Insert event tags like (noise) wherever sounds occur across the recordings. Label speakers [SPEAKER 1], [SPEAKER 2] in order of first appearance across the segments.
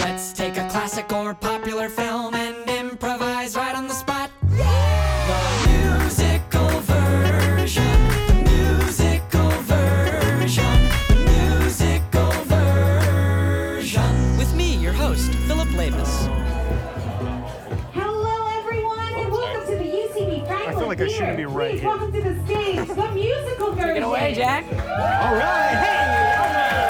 [SPEAKER 1] Let's take a classic or popular film and improvise right on the spot. The musical version. The musical version. The musical version. With me, your host, Philip Labus.
[SPEAKER 2] Hello, everyone, and welcome to the UCB Franklin
[SPEAKER 3] I feel like I
[SPEAKER 2] Theater.
[SPEAKER 3] shouldn't be right
[SPEAKER 2] Please
[SPEAKER 3] here.
[SPEAKER 2] welcome to the
[SPEAKER 3] (laughs)
[SPEAKER 2] stage the musical version.
[SPEAKER 4] Get away, Jack.
[SPEAKER 3] All right.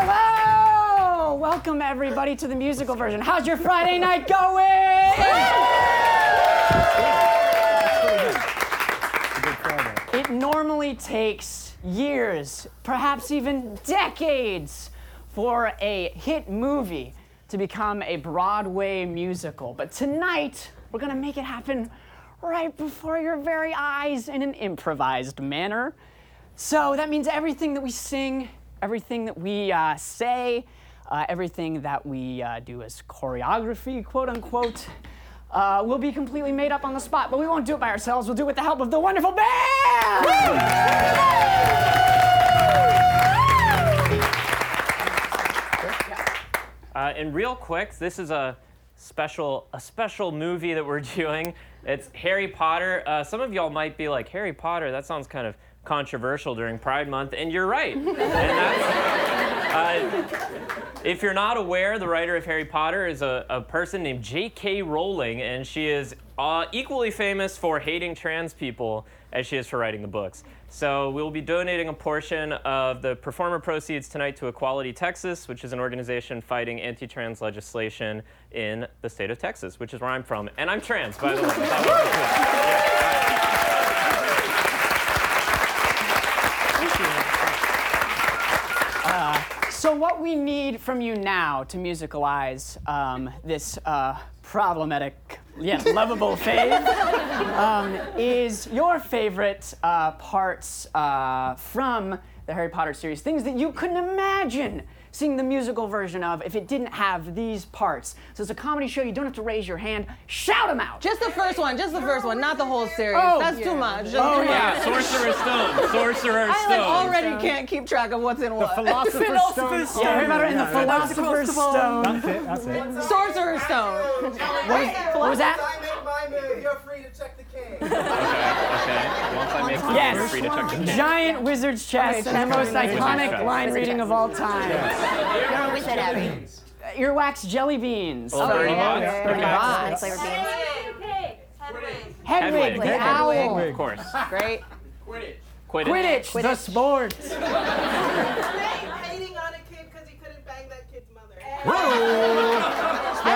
[SPEAKER 4] Hello! Welcome everybody to the musical version. How's your Friday night going? It normally takes years, perhaps even decades, for a hit movie to become a Broadway musical. But tonight, we're gonna make it happen right before your very eyes in an improvised manner. So that means everything that we sing, everything that we uh, say, uh, everything that we uh, do as choreography, quote unquote, uh, will be completely made up on the spot. But we won't do it by ourselves. We'll do it with the help of the wonderful band.
[SPEAKER 5] Uh, and real quick, this is a special a special movie that we're (laughs) doing. It's Harry Potter. Uh, some of y'all might be like Harry Potter. That sounds kind of controversial during Pride Month, and you're right. and that's, uh, if you're not aware, the writer of Harry Potter is a, a person named J.K. Rowling, and she is uh, equally famous for hating trans people as she is for writing the books. So we'll be donating a portion of the performer proceeds tonight to Equality Texas, which is an organization fighting anti-trans legislation in the state of Texas, which is where I'm from, and I'm trans, by the way.
[SPEAKER 4] So, what we need from you now to musicalize um, this uh, problematic yet lovable fave um, is your favorite uh, parts uh, from the Harry Potter series. Things that you couldn't imagine seeing the musical version of if it didn't have these parts. So, it's a comedy show. You don't have to raise your hand. Shout them out.
[SPEAKER 6] Just the first one, just the first one, not the whole series.
[SPEAKER 4] Oh.
[SPEAKER 6] That's too much. Just
[SPEAKER 4] Oh,
[SPEAKER 6] the first
[SPEAKER 4] yeah.
[SPEAKER 6] one.
[SPEAKER 5] Sorcerer's Stone. Sorcerer's
[SPEAKER 6] I like, already can't keep track of what's in what.
[SPEAKER 3] Philosopher's Stone.
[SPEAKER 4] yeah, Harry Potter and the Philosopher's Stone.
[SPEAKER 3] That's it. That's it.
[SPEAKER 6] Sorcerer's Stone.
[SPEAKER 4] What was that?
[SPEAKER 7] I made my move. You're free to check the cave.
[SPEAKER 5] Okay. Once I make some
[SPEAKER 4] Yes.
[SPEAKER 5] free to check the can.
[SPEAKER 4] Giant wizard's chest and the most iconic
[SPEAKER 5] chest.
[SPEAKER 4] line reading of all time.
[SPEAKER 8] Or with it, Abby.
[SPEAKER 4] Earwax jelly beans.
[SPEAKER 5] Thirty bucks. Okay.
[SPEAKER 8] Box. Flavor beans.
[SPEAKER 4] Hedwig,
[SPEAKER 5] Hedwig.
[SPEAKER 4] the
[SPEAKER 5] Hedwig.
[SPEAKER 4] owl.
[SPEAKER 5] Of course.
[SPEAKER 6] Great.
[SPEAKER 5] Quit it.
[SPEAKER 4] Quidditch, the
[SPEAKER 3] (laughs)
[SPEAKER 4] sport.
[SPEAKER 7] Hating on a kid because he couldn't bang that kid's mother.
[SPEAKER 6] I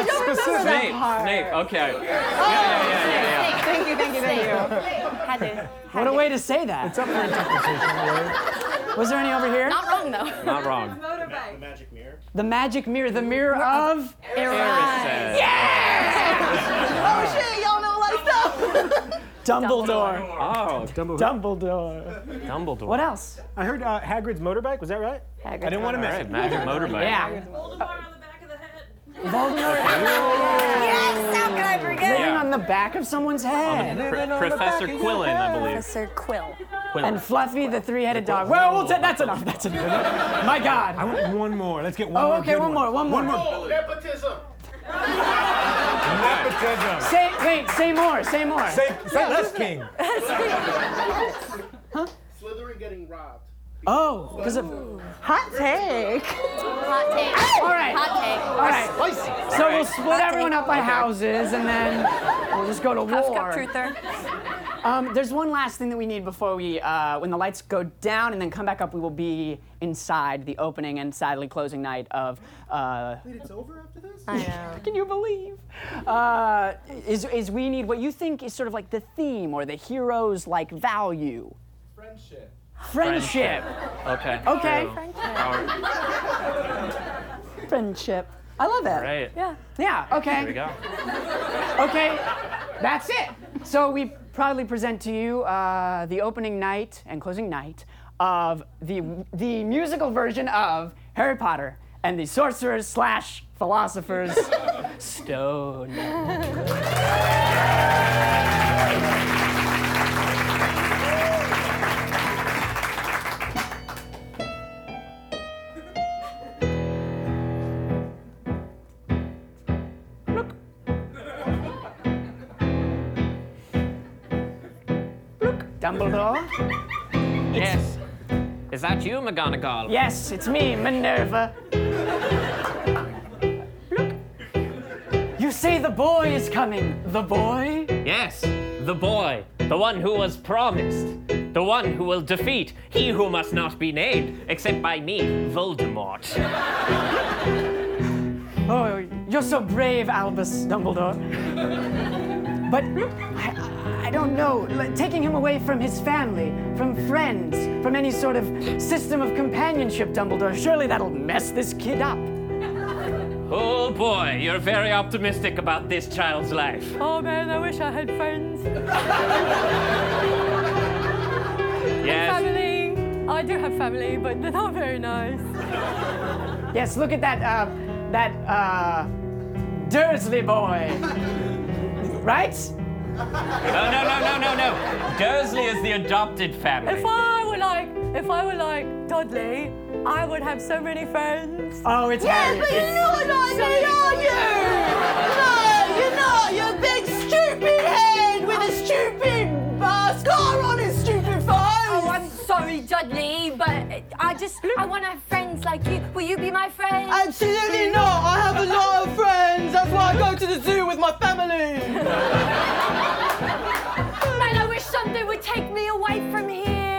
[SPEAKER 6] don't remember that
[SPEAKER 5] Snape.
[SPEAKER 6] part.
[SPEAKER 5] Snape. Okay.
[SPEAKER 6] Thank you, thank you, thank you.
[SPEAKER 8] Had to.
[SPEAKER 4] What a way to say that.
[SPEAKER 3] Up for interpretation, right?
[SPEAKER 4] Was there any over here?
[SPEAKER 8] Not wrong though.
[SPEAKER 5] Not wrong.
[SPEAKER 4] The magic mirror, the mirror of.
[SPEAKER 5] Said-
[SPEAKER 6] Oh shit, y'all know a lot of stuff.
[SPEAKER 4] Dumbledore.
[SPEAKER 5] Oh,
[SPEAKER 3] Dumbledore.
[SPEAKER 5] Dumbledore.
[SPEAKER 4] What else?
[SPEAKER 3] I heard uh, Hagrid's motorbike. Was that right? I didn't want to
[SPEAKER 5] All
[SPEAKER 3] miss
[SPEAKER 5] right,
[SPEAKER 3] it.
[SPEAKER 5] magic motorbike.
[SPEAKER 4] Yeah.
[SPEAKER 8] (laughs) Yes, how could I forget?
[SPEAKER 4] Laying on the back of someone's head.
[SPEAKER 5] Pr- Professor Quillen, I believe.
[SPEAKER 8] Sir Quill.
[SPEAKER 5] Quillen.
[SPEAKER 4] And Fluffy, the three-headed dog. Well, we'll ta- that's enough. That's enough. My
[SPEAKER 3] I
[SPEAKER 4] God.
[SPEAKER 3] want one more. Let's get one
[SPEAKER 4] Oh,
[SPEAKER 3] more.
[SPEAKER 4] okay.
[SPEAKER 3] good
[SPEAKER 4] One more. One more.
[SPEAKER 7] Nepotism.
[SPEAKER 3] Nepotism.
[SPEAKER 4] Say, wait. Say more. Say more.
[SPEAKER 3] Say, say less king.
[SPEAKER 7] Slytherin getting robbed.
[SPEAKER 4] Oh, because of.
[SPEAKER 6] Hot take.
[SPEAKER 8] Hot take.
[SPEAKER 4] All right.
[SPEAKER 8] Hot
[SPEAKER 4] All right. So we'll split
[SPEAKER 8] Hot
[SPEAKER 4] everyone
[SPEAKER 8] take.
[SPEAKER 4] up by houses, and then we'll just go to
[SPEAKER 8] take. Puff
[SPEAKER 4] war.
[SPEAKER 8] cup truther.
[SPEAKER 4] Um, there's one last thing that we need before we, uh, when the lights go down and then come back up, we will be inside the opening and sadly closing night of. Uh,
[SPEAKER 7] It's over after this?
[SPEAKER 8] I know.
[SPEAKER 4] (laughs) can you believe? Uh, is, is we need what you think is sort of like the theme or the hero's like value.
[SPEAKER 7] Friendship.
[SPEAKER 4] Friendship.
[SPEAKER 5] Okay.
[SPEAKER 4] Okay.
[SPEAKER 5] True. All
[SPEAKER 4] Friendship. I love that.
[SPEAKER 5] right.
[SPEAKER 8] Yeah.
[SPEAKER 4] Yeah. Okay.
[SPEAKER 5] There we go.
[SPEAKER 4] Okay, that's it. So we proudly present to you uh, the opening night and closing night of the the musical version of Harry Potter and the Sorcerer's slash Philosopher's Stone. Dumbledore?
[SPEAKER 9] Yes. Is that you, McGonagall?
[SPEAKER 4] Yes, it's me, Minerva. Look. You say the boy is coming. The boy?
[SPEAKER 9] Yes, the boy, the one who was promised, the one who will defeat he who must not be named, except by me, Voldemort.
[SPEAKER 4] Oh, you're so brave, Albus Dumbledore. but I, I don't know. Like, Taking him away from his family, from friends, from any sort of system of companionship, Dumbledore, surely that'll mess this kid up.
[SPEAKER 9] Oh boy, you're very optimistic about this child's life.
[SPEAKER 4] Oh man, I wish I had friends.
[SPEAKER 9] Yes,
[SPEAKER 6] Family. I do have family, but they're not very nice.
[SPEAKER 4] Yes, look at that, uh, that, uh, Dursley boy. right?
[SPEAKER 9] no, Oh, no, no, no, no, no. Dursley is the adopted family.
[SPEAKER 6] If I were like, if I were like Dudley, I would have so many friends.
[SPEAKER 4] Oh, it's
[SPEAKER 10] Yes,
[SPEAKER 4] Harry.
[SPEAKER 10] but you're not like me, are you? No, you're not. You're a big stupid head with a stupid uh, scar on his stupid face.
[SPEAKER 2] Oh, I'm sorry, Dudley, but I just, I want to have friends like you. Will you be my friend?
[SPEAKER 10] Absolutely not. I have a lot of friends. That's why I go to the zoo with my family.
[SPEAKER 2] Man, I wish something would take me away from here.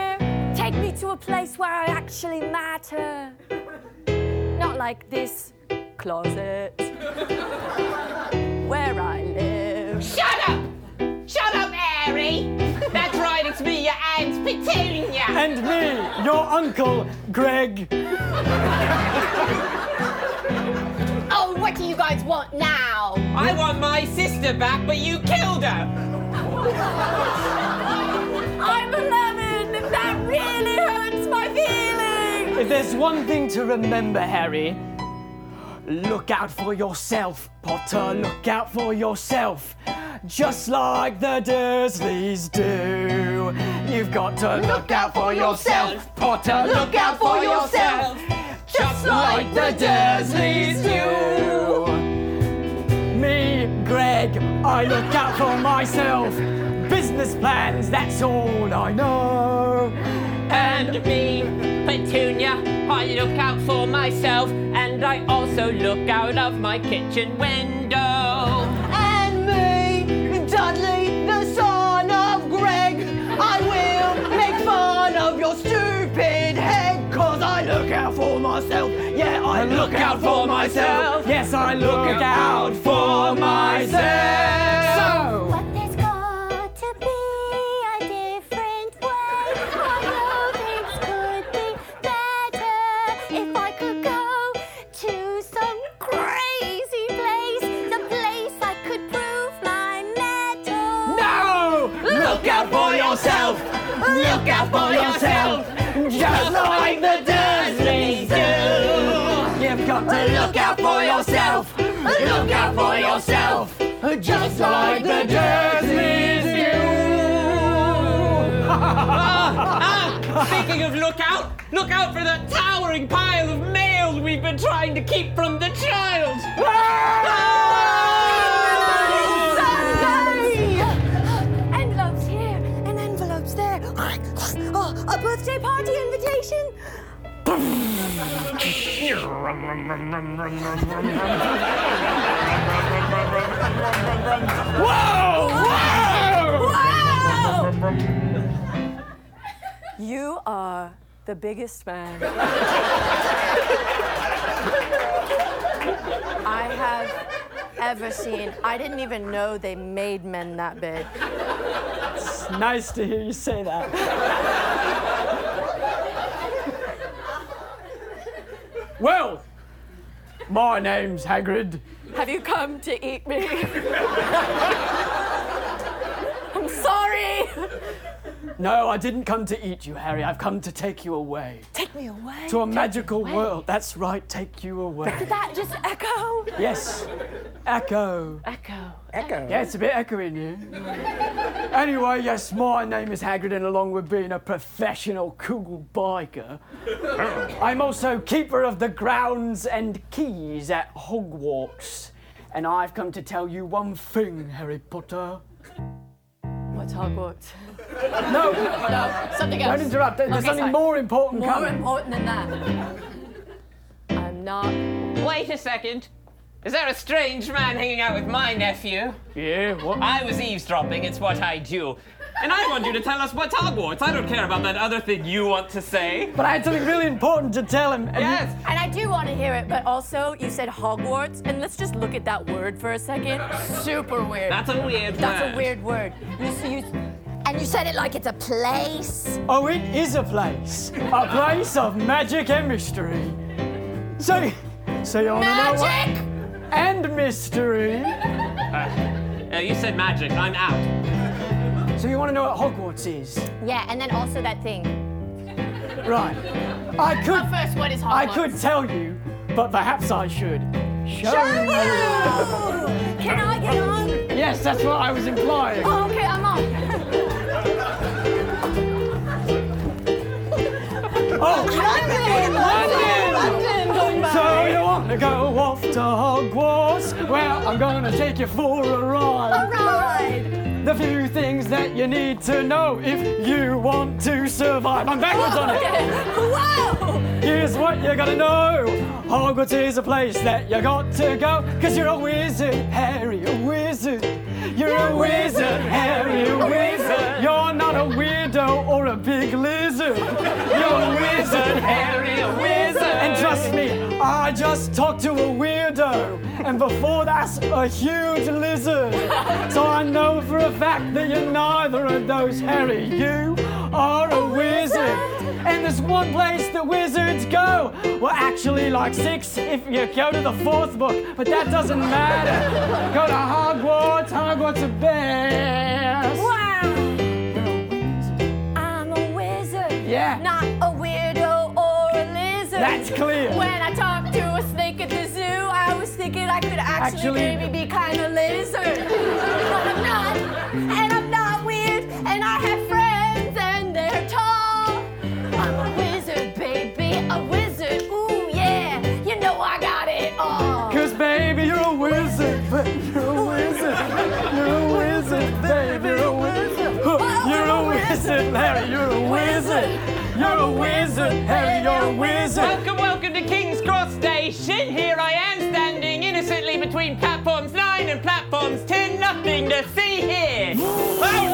[SPEAKER 2] Take me to a place where I actually matter. Not like this.
[SPEAKER 6] Closet. Where I live.
[SPEAKER 5] Shut up! Shut up, Harry! That's right, it's me, your aunt Petunia!
[SPEAKER 4] And me, your uncle, Greg.
[SPEAKER 5] Oh, what do you guys want now? I want my sister back, but you killed her!
[SPEAKER 6] I'm 11, and that really hurts my feelings.
[SPEAKER 4] If there's one thing to remember, Harry, look out for yourself, Potter. Look out for yourself. Just like the Dursleys do. You've got to look, out for yourself, Potter. Look out for yourself. Just like the Dursleys do. Me, Greg, I look out for myself. Business plans, that's all I know. And
[SPEAKER 5] Me, Petunia, I look out for myself, and I also look out of my kitchen window.
[SPEAKER 10] And me, Dudley, the son of Greg. I will make fun of your stupid head. Cause I look out for myself. Yeah, I look out for myself.
[SPEAKER 4] Yes, I look out for myself.
[SPEAKER 2] But there's got to be a different way. I know things could be better if I could go to some crazy place, some place I could prove my metal.
[SPEAKER 4] No! Look out for yourself. Look out for yourself. Just like the Dursleys do. You've got to look out for yourself. Look out for yourself. Just like the Dursleys do.
[SPEAKER 5] Speaking of look out, Oh, look out for that towering pile of mail we've been trying to keep from the child! Oh!
[SPEAKER 2] Envelopes here and envelopes there. Oh, a birthday party invitation?
[SPEAKER 6] You are the biggest man. I have ever seen. I didn't even know they made men that big.
[SPEAKER 4] Nice to hear you say that. well, my name's Hagrid.
[SPEAKER 6] Have you come to eat me? I'm sorry.
[SPEAKER 4] No, I didn't come to eat you, Harry. I've come to take you away.
[SPEAKER 6] Take me away.
[SPEAKER 4] To a magical world. That's right, take you away.
[SPEAKER 6] Did that just echo?
[SPEAKER 4] yes. Echo.
[SPEAKER 6] Echo.
[SPEAKER 4] Yeah, it's a bit echoey in here. anyway, yes, my name is Hagrid, and along with being a professional cool biker, I'm also keeper of the grounds and keys at Hogwarts. And I've come to tell you one thing, Harry Potter.
[SPEAKER 6] What's Hogwarts?
[SPEAKER 4] No,
[SPEAKER 6] no, something else.
[SPEAKER 4] Don't interrupt. There's
[SPEAKER 6] Okay,
[SPEAKER 4] something
[SPEAKER 6] sorry.
[SPEAKER 4] more important
[SPEAKER 6] More
[SPEAKER 4] coming.
[SPEAKER 6] important than that. I'm not.
[SPEAKER 5] Wait a second. Is there a strange man hanging out with my nephew?
[SPEAKER 11] Yeah, what?
[SPEAKER 5] I was eavesdropping, it's what I do. And I want you to tell us what's Hogwarts. I don't care about that other thing you want to say.
[SPEAKER 4] But I had something really important to tell him. and
[SPEAKER 5] Yes.
[SPEAKER 6] And I do want to hear it, but also you said Hogwarts, and let's just look at that word for a second. Super weird.
[SPEAKER 5] That's a weird
[SPEAKER 6] That's
[SPEAKER 5] word.
[SPEAKER 6] a weird word. You, s- you,
[SPEAKER 2] And you said it like it's a place.
[SPEAKER 4] Oh, it is a place. A place of magic and mystery. So, so you wanna know what?
[SPEAKER 2] Magic!
[SPEAKER 4] And mystery.
[SPEAKER 5] Uh, you said magic. I'm out.
[SPEAKER 4] So you wanna know what Hogwarts is?
[SPEAKER 2] Yeah, and then also that thing.
[SPEAKER 4] Right. I could,
[SPEAKER 6] first, what is Hogwarts?
[SPEAKER 4] I could tell you, but perhaps I should. Show,
[SPEAKER 2] Can I get on?
[SPEAKER 4] Yes, that's what I was implying.
[SPEAKER 2] Oh, okay, I'm on.
[SPEAKER 4] So you wanna go off to Hogwarts? Well, I'm gonna take you for a ride.
[SPEAKER 2] Ride.
[SPEAKER 4] The few things that you need to know if you want to survive. I'm backwards on it.
[SPEAKER 2] (laughs) Whoa!
[SPEAKER 4] Here's what you gotta know Hogwarts is a place that you got to go. Cause you're a wizard, Harry, a wizard. You're a wizard, Harry, a wizard. You're not a weirdo or a big lizard. You're a wizard, Harry, a wizard. And trust me, I just talked to a weirdo. And before that's a huge lizard. So I know for a fact that you're neither of those, Harry. You are a wizard. And there's one place that wizards go. Well, actually, like six if you go to the fourth book, but that doesn't matter. go to Hogwarts, Hogwarts are best.
[SPEAKER 2] Wow! I'm a wizard.
[SPEAKER 4] Yeah.
[SPEAKER 2] Not a weirdo or a lizard.
[SPEAKER 4] That's clear.
[SPEAKER 6] When I talked to a snake at the zoo, I was thinking I could
[SPEAKER 4] Actually-
[SPEAKER 6] actually, maybe be kind of lizard.
[SPEAKER 2] (laughs) But I'm not, and I'm not weird, and I have friends, and they're tall. I'm a wizard, baby, a wizard. Ooh, yeah, you know I got it all.
[SPEAKER 4] Cause baby, you're a wizard, (laughs) but you're a wizard. You're a wizard, baby, you're a wizard. Huh, You're a wizard, Larry, you're a wizard. You're a wizard, Harry, you're a wizard.
[SPEAKER 5] Welcome, welcome to King's Cross Station. Here I am standing innocently between platforms 9 and platforms 10. Nothing to see here. Oh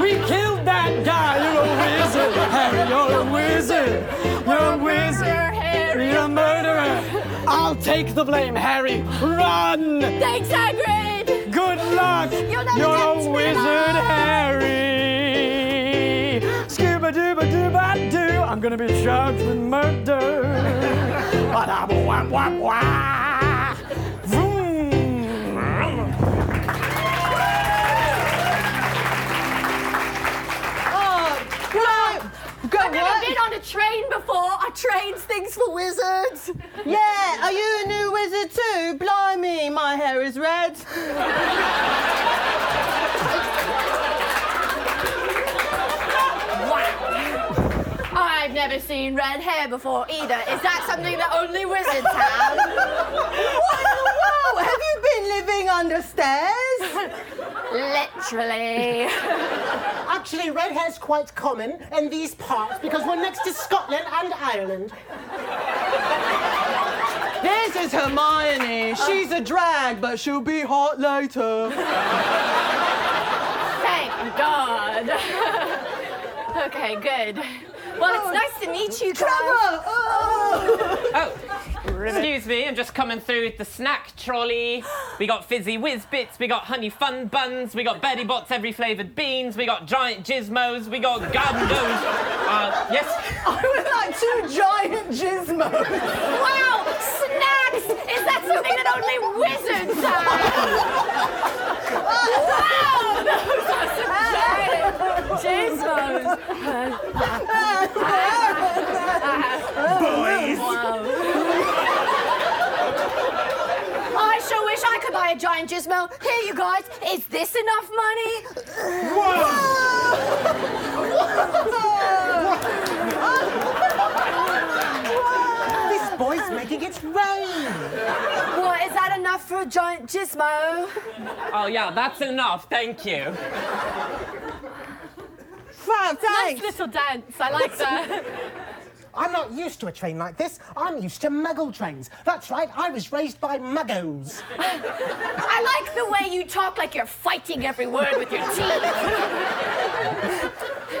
[SPEAKER 4] We killed that guy. You're a wizard, Harry. You're a wizard. You're a wizard, Harry. You're a murderer. I'll take the blame, Harry. Run.
[SPEAKER 2] Thanks, Hagrid.
[SPEAKER 4] Good luck.
[SPEAKER 2] You'll never catch
[SPEAKER 4] a
[SPEAKER 2] me,
[SPEAKER 4] wizard,
[SPEAKER 2] Mom.
[SPEAKER 4] Harry. Scuba dooba dooba doo. I'm gonna be charged with murder. Ba-da wah wah wah. Vroom.
[SPEAKER 6] No! I've never been on a train before. I trains things for wizards.
[SPEAKER 4] Yeah, are you a new wizard too? Blimey, my hair is red. (laughs)
[SPEAKER 6] I've never seen red hair before either. Is that something that only wizards have?
[SPEAKER 4] Whoa, have you been living under stairs?
[SPEAKER 6] Literally.
[SPEAKER 12] Actually, red hair's quite common in these parts because we're next to Scotland and Ireland.
[SPEAKER 4] This is Hermione. She's a drag, but she'll be hot later.
[SPEAKER 6] Thank God. okay, good. Well, it's nice to meet you, guys.
[SPEAKER 5] no! Oh, excuse me. I'm just coming through with the snack trolley. We got fizzy whiz bits. We got honey fun buns. We got Betty Bots every flavored beans. We got giant gizmos. We got garden those. Uh, yes.
[SPEAKER 4] I would like two giant gizmos.
[SPEAKER 6] Wow, snacks! Is that something that only wizards have? wow, those are some giant gizmos. Boys. I sure wish I could buy a giant gizmo. Here, you guys. Is this enough money?
[SPEAKER 12] This boy's making it rain.
[SPEAKER 6] What, is that enough for a giant gizmo.
[SPEAKER 5] Oh, yeah, that's enough. Thank you.
[SPEAKER 6] Wow, thanks. Nice little dance. I like that.
[SPEAKER 3] I'm not used to a train like this. I'm used to muggle trains. That's right, I was raised by muggos.
[SPEAKER 6] I like the way you talk like you're fighting every word with your teeth.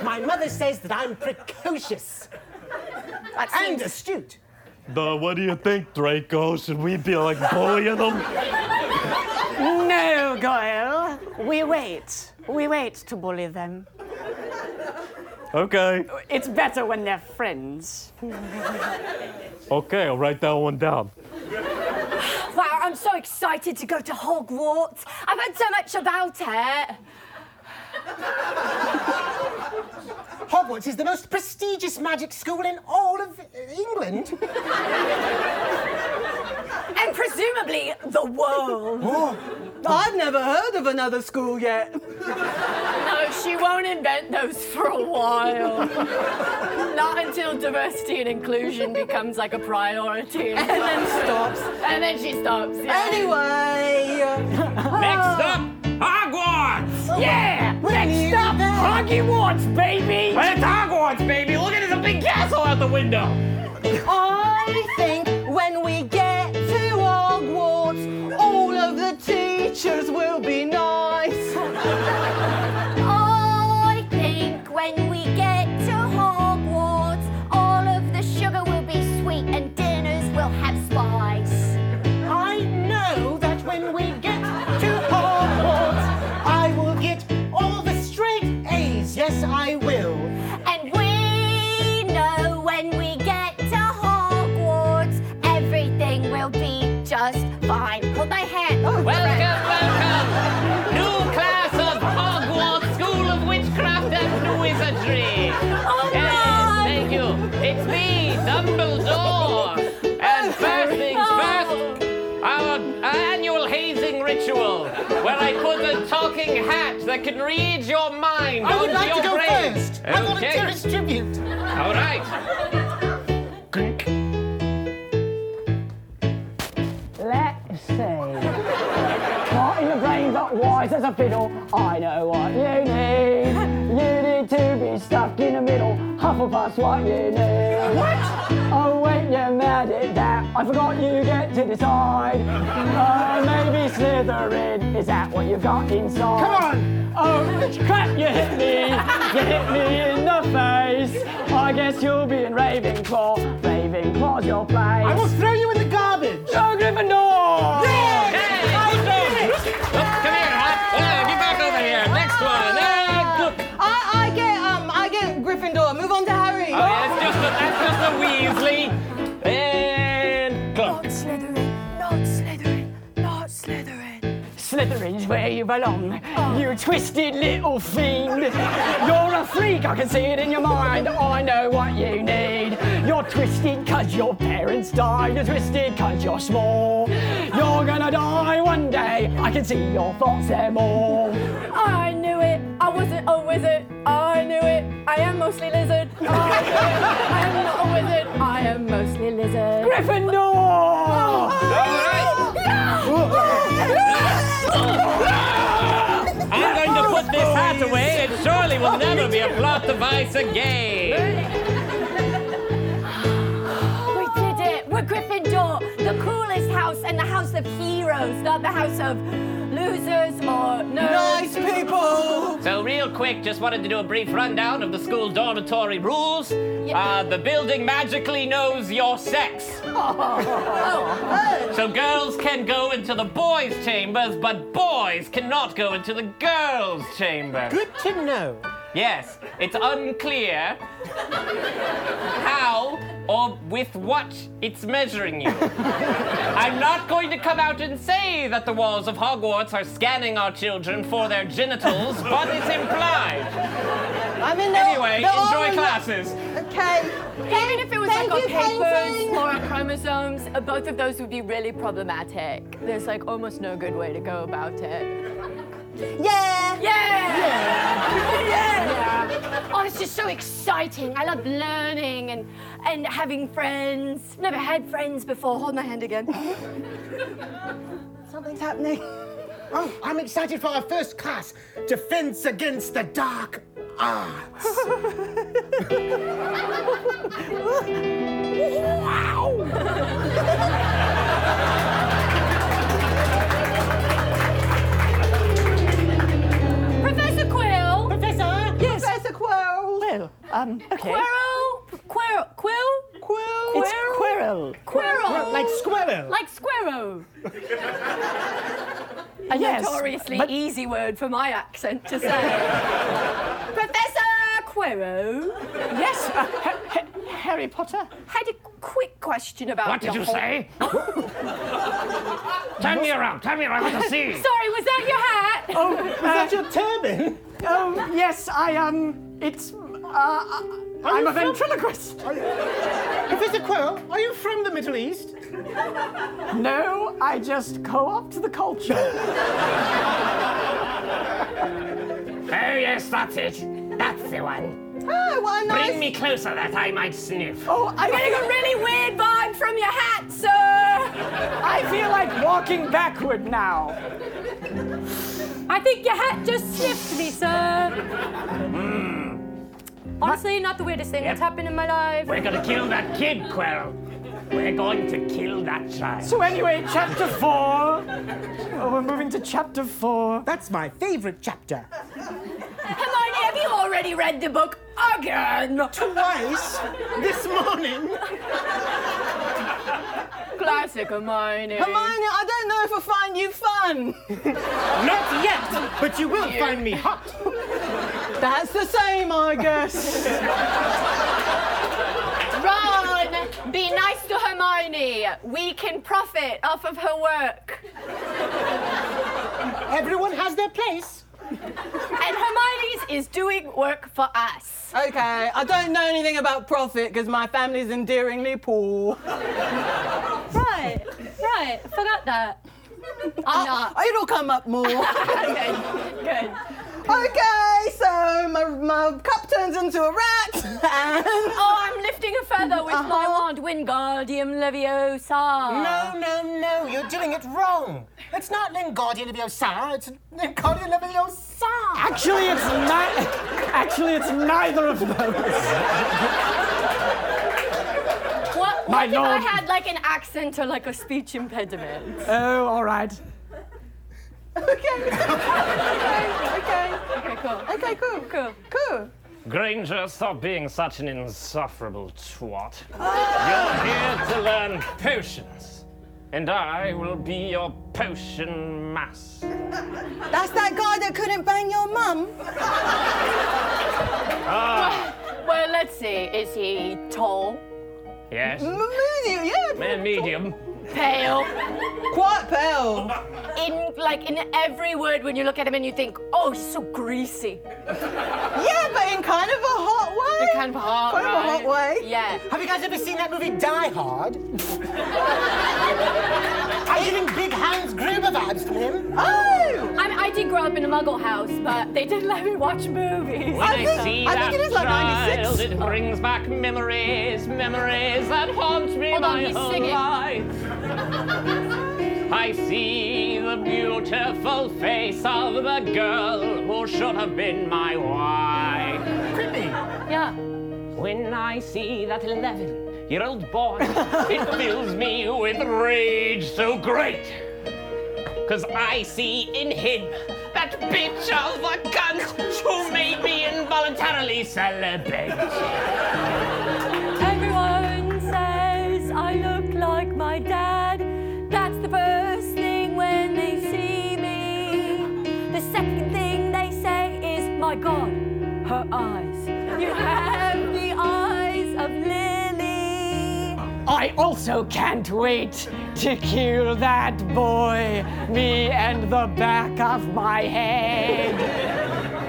[SPEAKER 3] My mother says that I'm precocious and astute.
[SPEAKER 13] Duh, what do you think, Draco? Should we be like bullying them?
[SPEAKER 4] No, Goyle. We wait. We wait to bully them.
[SPEAKER 13] Okay.
[SPEAKER 4] It's better when they're friends.
[SPEAKER 13] Okay, I'll write that one down.
[SPEAKER 6] wow, I'm so excited to go to Hogwarts. I've heard so much about it.
[SPEAKER 3] Hogwarts is the most prestigious magic school in all of uh, England.
[SPEAKER 6] And presumably the world.
[SPEAKER 10] I've never heard of another school yet.
[SPEAKER 6] No, she won't invent those for a while. Not until diversity and inclusion becomes like a priority. And
[SPEAKER 10] then stops.
[SPEAKER 6] And then she stops. yeah.
[SPEAKER 10] Anyway.
[SPEAKER 5] Next up, Hogwarts!
[SPEAKER 6] Yeah! Next up, Hogwarts, baby!
[SPEAKER 5] Well, it's Hogwarts, baby! Look at it, there's a big castle out the window!
[SPEAKER 10] I think when we get to Hogwarts, all of the teachers will be nice.
[SPEAKER 2] I think when we get to Hogwarts, all of the sugar will be sweet and dinners will have spice.
[SPEAKER 3] I know that when we get to Hogwarts, I will get all the straight A's. Yes, I will.
[SPEAKER 2] And we know when we get to Hogwarts, everything will be just fine. Hold my hand.
[SPEAKER 5] Welcome, welcome! New class of Hogwarts School of Witchcraft and Wizardry!
[SPEAKER 2] Oh,
[SPEAKER 5] yes, thank you. It's me, Dumbledore! And first things first, our annual hazing ritual, where I put a talking hat that can read your mind
[SPEAKER 3] I would
[SPEAKER 5] onto
[SPEAKER 3] like
[SPEAKER 5] your
[SPEAKER 3] to go
[SPEAKER 5] brain.
[SPEAKER 3] first. I volunteer as tribute.
[SPEAKER 5] All right.
[SPEAKER 4] Let's see. What in the brain got wise as a fiddle? I know what you need. You need to be stuck in the middle. Hufflepuff's what you need. What? Oh wait, you're mad at that. I forgot you get to decide. Oh, maybe Slytherin. Is that what you got inside?
[SPEAKER 3] Come on.
[SPEAKER 4] Oh crap! You hit me. You hit me in the face. I guess you'll be in Ravenclaw. Ravenclaw's your place.
[SPEAKER 3] I will throw you in the garbage.
[SPEAKER 4] Oh, Gryffindor!
[SPEAKER 5] Hey, Look, come here, Hop. Uh, get back over here. Next one. Uh, look.
[SPEAKER 10] I, I get um I get Gryffindor. Move on to Harry.
[SPEAKER 5] Oh, yeah, that's just a, that's just a Weasley. And clunk.
[SPEAKER 6] Slytherin, not Slytherin, not Slytherin.
[SPEAKER 4] Slytherin's where you belong. You twisted little fiend. You're a freak, I can see it in your mind. I know what you need. You're twisted cause your parents died. You're twisted cause you're small. You're gonna die one day. I can see your thoughts, they're more.
[SPEAKER 6] I knew it. I wasn't a wizard. I knew it. I am mostly lizard. I knew it. I am not a wizard. I am mostly lizard.
[SPEAKER 4] Gryffindor!
[SPEAKER 5] I'm going to put this hat away. It surely will never be a plot device again.
[SPEAKER 6] We did it. We're Gryffindor, the coolest house and the house of heroes, not the house of losers or nerds.
[SPEAKER 10] Nice people.
[SPEAKER 5] So, real quick, just wanted to do a brief rundown of the school dormitory rules. Uh, the building magically knows your sex.
[SPEAKER 6] Oh.
[SPEAKER 5] So, girls can go into the boys' chambers, but boys cannot go into the girls' chamber.
[SPEAKER 3] Good to know.
[SPEAKER 5] Yes, it's unclear how or with what it's measuring you. I'm not going to come out and say that the walls of Hogwarts are scanning our children for their genitals, but it's implied.
[SPEAKER 10] I mean, they're-
[SPEAKER 5] Anyway,
[SPEAKER 10] they're all
[SPEAKER 5] enjoy
[SPEAKER 10] in-
[SPEAKER 5] classes.
[SPEAKER 10] Okay.
[SPEAKER 6] Even if it was
[SPEAKER 10] Thank
[SPEAKER 6] like on
[SPEAKER 10] you,
[SPEAKER 6] papers
[SPEAKER 10] painting.
[SPEAKER 6] or on chromosomes, uh, both of those would be really problematic. There's like almost no good way to go about it.
[SPEAKER 10] Yeah.
[SPEAKER 6] Yeah! Yeah! Oh, it's just so exciting. I love learning and and having friends. Never had friends before. Hold my hand again.
[SPEAKER 14] Something's happening. Oh, I'm excited for our first class Defense Against the Dark Arts.
[SPEAKER 6] Professor Quill.
[SPEAKER 14] Professor.
[SPEAKER 6] Yes. Professor Quill.
[SPEAKER 4] Quill. Um. Okay.
[SPEAKER 6] Quirrell. Quirrell. Quill. Quill.
[SPEAKER 4] It's Quirrell.
[SPEAKER 6] Quirrell.
[SPEAKER 4] Like squirrel.
[SPEAKER 6] Like squirrel. A
[SPEAKER 4] Yes,
[SPEAKER 6] notoriously
[SPEAKER 4] but-
[SPEAKER 6] easy word for my accent to say. (laughs) Professor Quirrell.
[SPEAKER 4] Yes. uh, Ha- Ha- Harry Potter.
[SPEAKER 6] Had a quick question about
[SPEAKER 4] What did
[SPEAKER 6] your
[SPEAKER 4] you
[SPEAKER 6] whole-
[SPEAKER 4] say?
[SPEAKER 15] Turn me around. Turn me around. I want to
[SPEAKER 6] (laughs)
[SPEAKER 15] see.
[SPEAKER 6] Sorry, was that your hat?
[SPEAKER 4] (laughs) Oh,
[SPEAKER 14] Is that your turban?
[SPEAKER 4] Oh yes, I um. It's. Uh, uh, I'm a ventriloquist.
[SPEAKER 14] Professor Quirrell, are you from the Middle East?
[SPEAKER 4] No, I just co-opt the culture.
[SPEAKER 5] Oh, yes, that's it. That's the one.
[SPEAKER 6] Oh, what a nice...
[SPEAKER 5] Bring me closer that I might sniff.
[SPEAKER 4] Oh,
[SPEAKER 6] I'm getting a really weird vibe from your hat, sir.
[SPEAKER 4] I feel like walking backward now.
[SPEAKER 6] I think your hat just sniffed me, sir.
[SPEAKER 4] Hmm.
[SPEAKER 6] Honestly, not the weirdest thing that's happened in my life.
[SPEAKER 5] We're gonna kill that kid, Quirrell. We're going to kill that child.
[SPEAKER 4] So anyway, chapter four. Oh, we're moving to chapter four.
[SPEAKER 14] That's my favorite chapter.
[SPEAKER 6] Hermione, have you already read the book again?
[SPEAKER 14] Twice this morning.
[SPEAKER 6] Classic Hermione.
[SPEAKER 16] Hermione, I don't know if I find you fun.
[SPEAKER 14] (laughs) Not yet, but you will find me hot.
[SPEAKER 16] That's the same, I guess.
[SPEAKER 6] Ron, be nice to Hermione. We can profit off of her work.
[SPEAKER 14] Everyone has their place.
[SPEAKER 6] And Hermione's is doing work for us.
[SPEAKER 16] Okay, I don't know anything about profit because my family's endearingly poor.
[SPEAKER 6] Right, right. Forgot that. I'm not.
[SPEAKER 16] Oh, It'll come up more.
[SPEAKER 14] (laughs) Ah,
[SPEAKER 6] okay, good.
[SPEAKER 16] okay, so my, my cup turns into a rat (laughs) and.
[SPEAKER 6] Oh, I'm lifting a feather with my wand. Wingardium Leviosa.
[SPEAKER 14] Uh-huh. No, no, no, you're doing it wrong. It's not Lingardia Leviosa, it's Lingardia Leviosa.
[SPEAKER 17] Actually, it's not. Actually, it's neither of those.
[SPEAKER 6] What,
[SPEAKER 4] My
[SPEAKER 6] what if I
[SPEAKER 4] lord.
[SPEAKER 6] had like an accent or like a speech impediment?
[SPEAKER 4] Oh, all right.
[SPEAKER 6] okay, okay, cool. Okay, cool, cool, cool.
[SPEAKER 5] Granger, stop being such an insufferable twat. You're here to learn potions, and I will be your potion master.
[SPEAKER 16] That's that guy that couldn't bang your mum.
[SPEAKER 5] Ah,
[SPEAKER 6] Well, let's see. Is he tall,
[SPEAKER 5] yes.
[SPEAKER 16] Medium, yeah.
[SPEAKER 5] Man, medium.
[SPEAKER 6] pale?
[SPEAKER 16] Quite pale.
[SPEAKER 6] In like in every word, when you look at him and you think, oh, he's so greasy.
[SPEAKER 16] Yeah, but in kind of a hot way.
[SPEAKER 6] In kind of a hot
[SPEAKER 16] Kind of a hot
[SPEAKER 5] Eh?
[SPEAKER 6] way.
[SPEAKER 16] way.
[SPEAKER 6] Yeah.
[SPEAKER 14] Have you guys ever seen that movie Die
[SPEAKER 17] (laughs)
[SPEAKER 14] Hard? I'm giving Big Hans Gruber vibes from him.
[SPEAKER 16] Oh!
[SPEAKER 6] I, mean, I did grow up in a muggle house, but they didn't let me watch movies.
[SPEAKER 5] When I, see that child, it brings back memories, memories that haunt me
[SPEAKER 6] Hold on,
[SPEAKER 5] my
[SPEAKER 6] he's
[SPEAKER 5] whole
[SPEAKER 6] singing.
[SPEAKER 5] life. I see the beautiful face of the girl who should have been my wife.
[SPEAKER 6] Yeah.
[SPEAKER 5] When I see that 11 year old boy, it fills me with rage so great. Cause I see in him that bitch of a cunt who made me involuntarily celibate.
[SPEAKER 6] Everyone says I look like my dad. That's the first thing when they see me. The second thing they say is, my God, her eyes. You have the eyes of Lily.
[SPEAKER 4] I also can't wait to kill that boy. Me and the back of my head.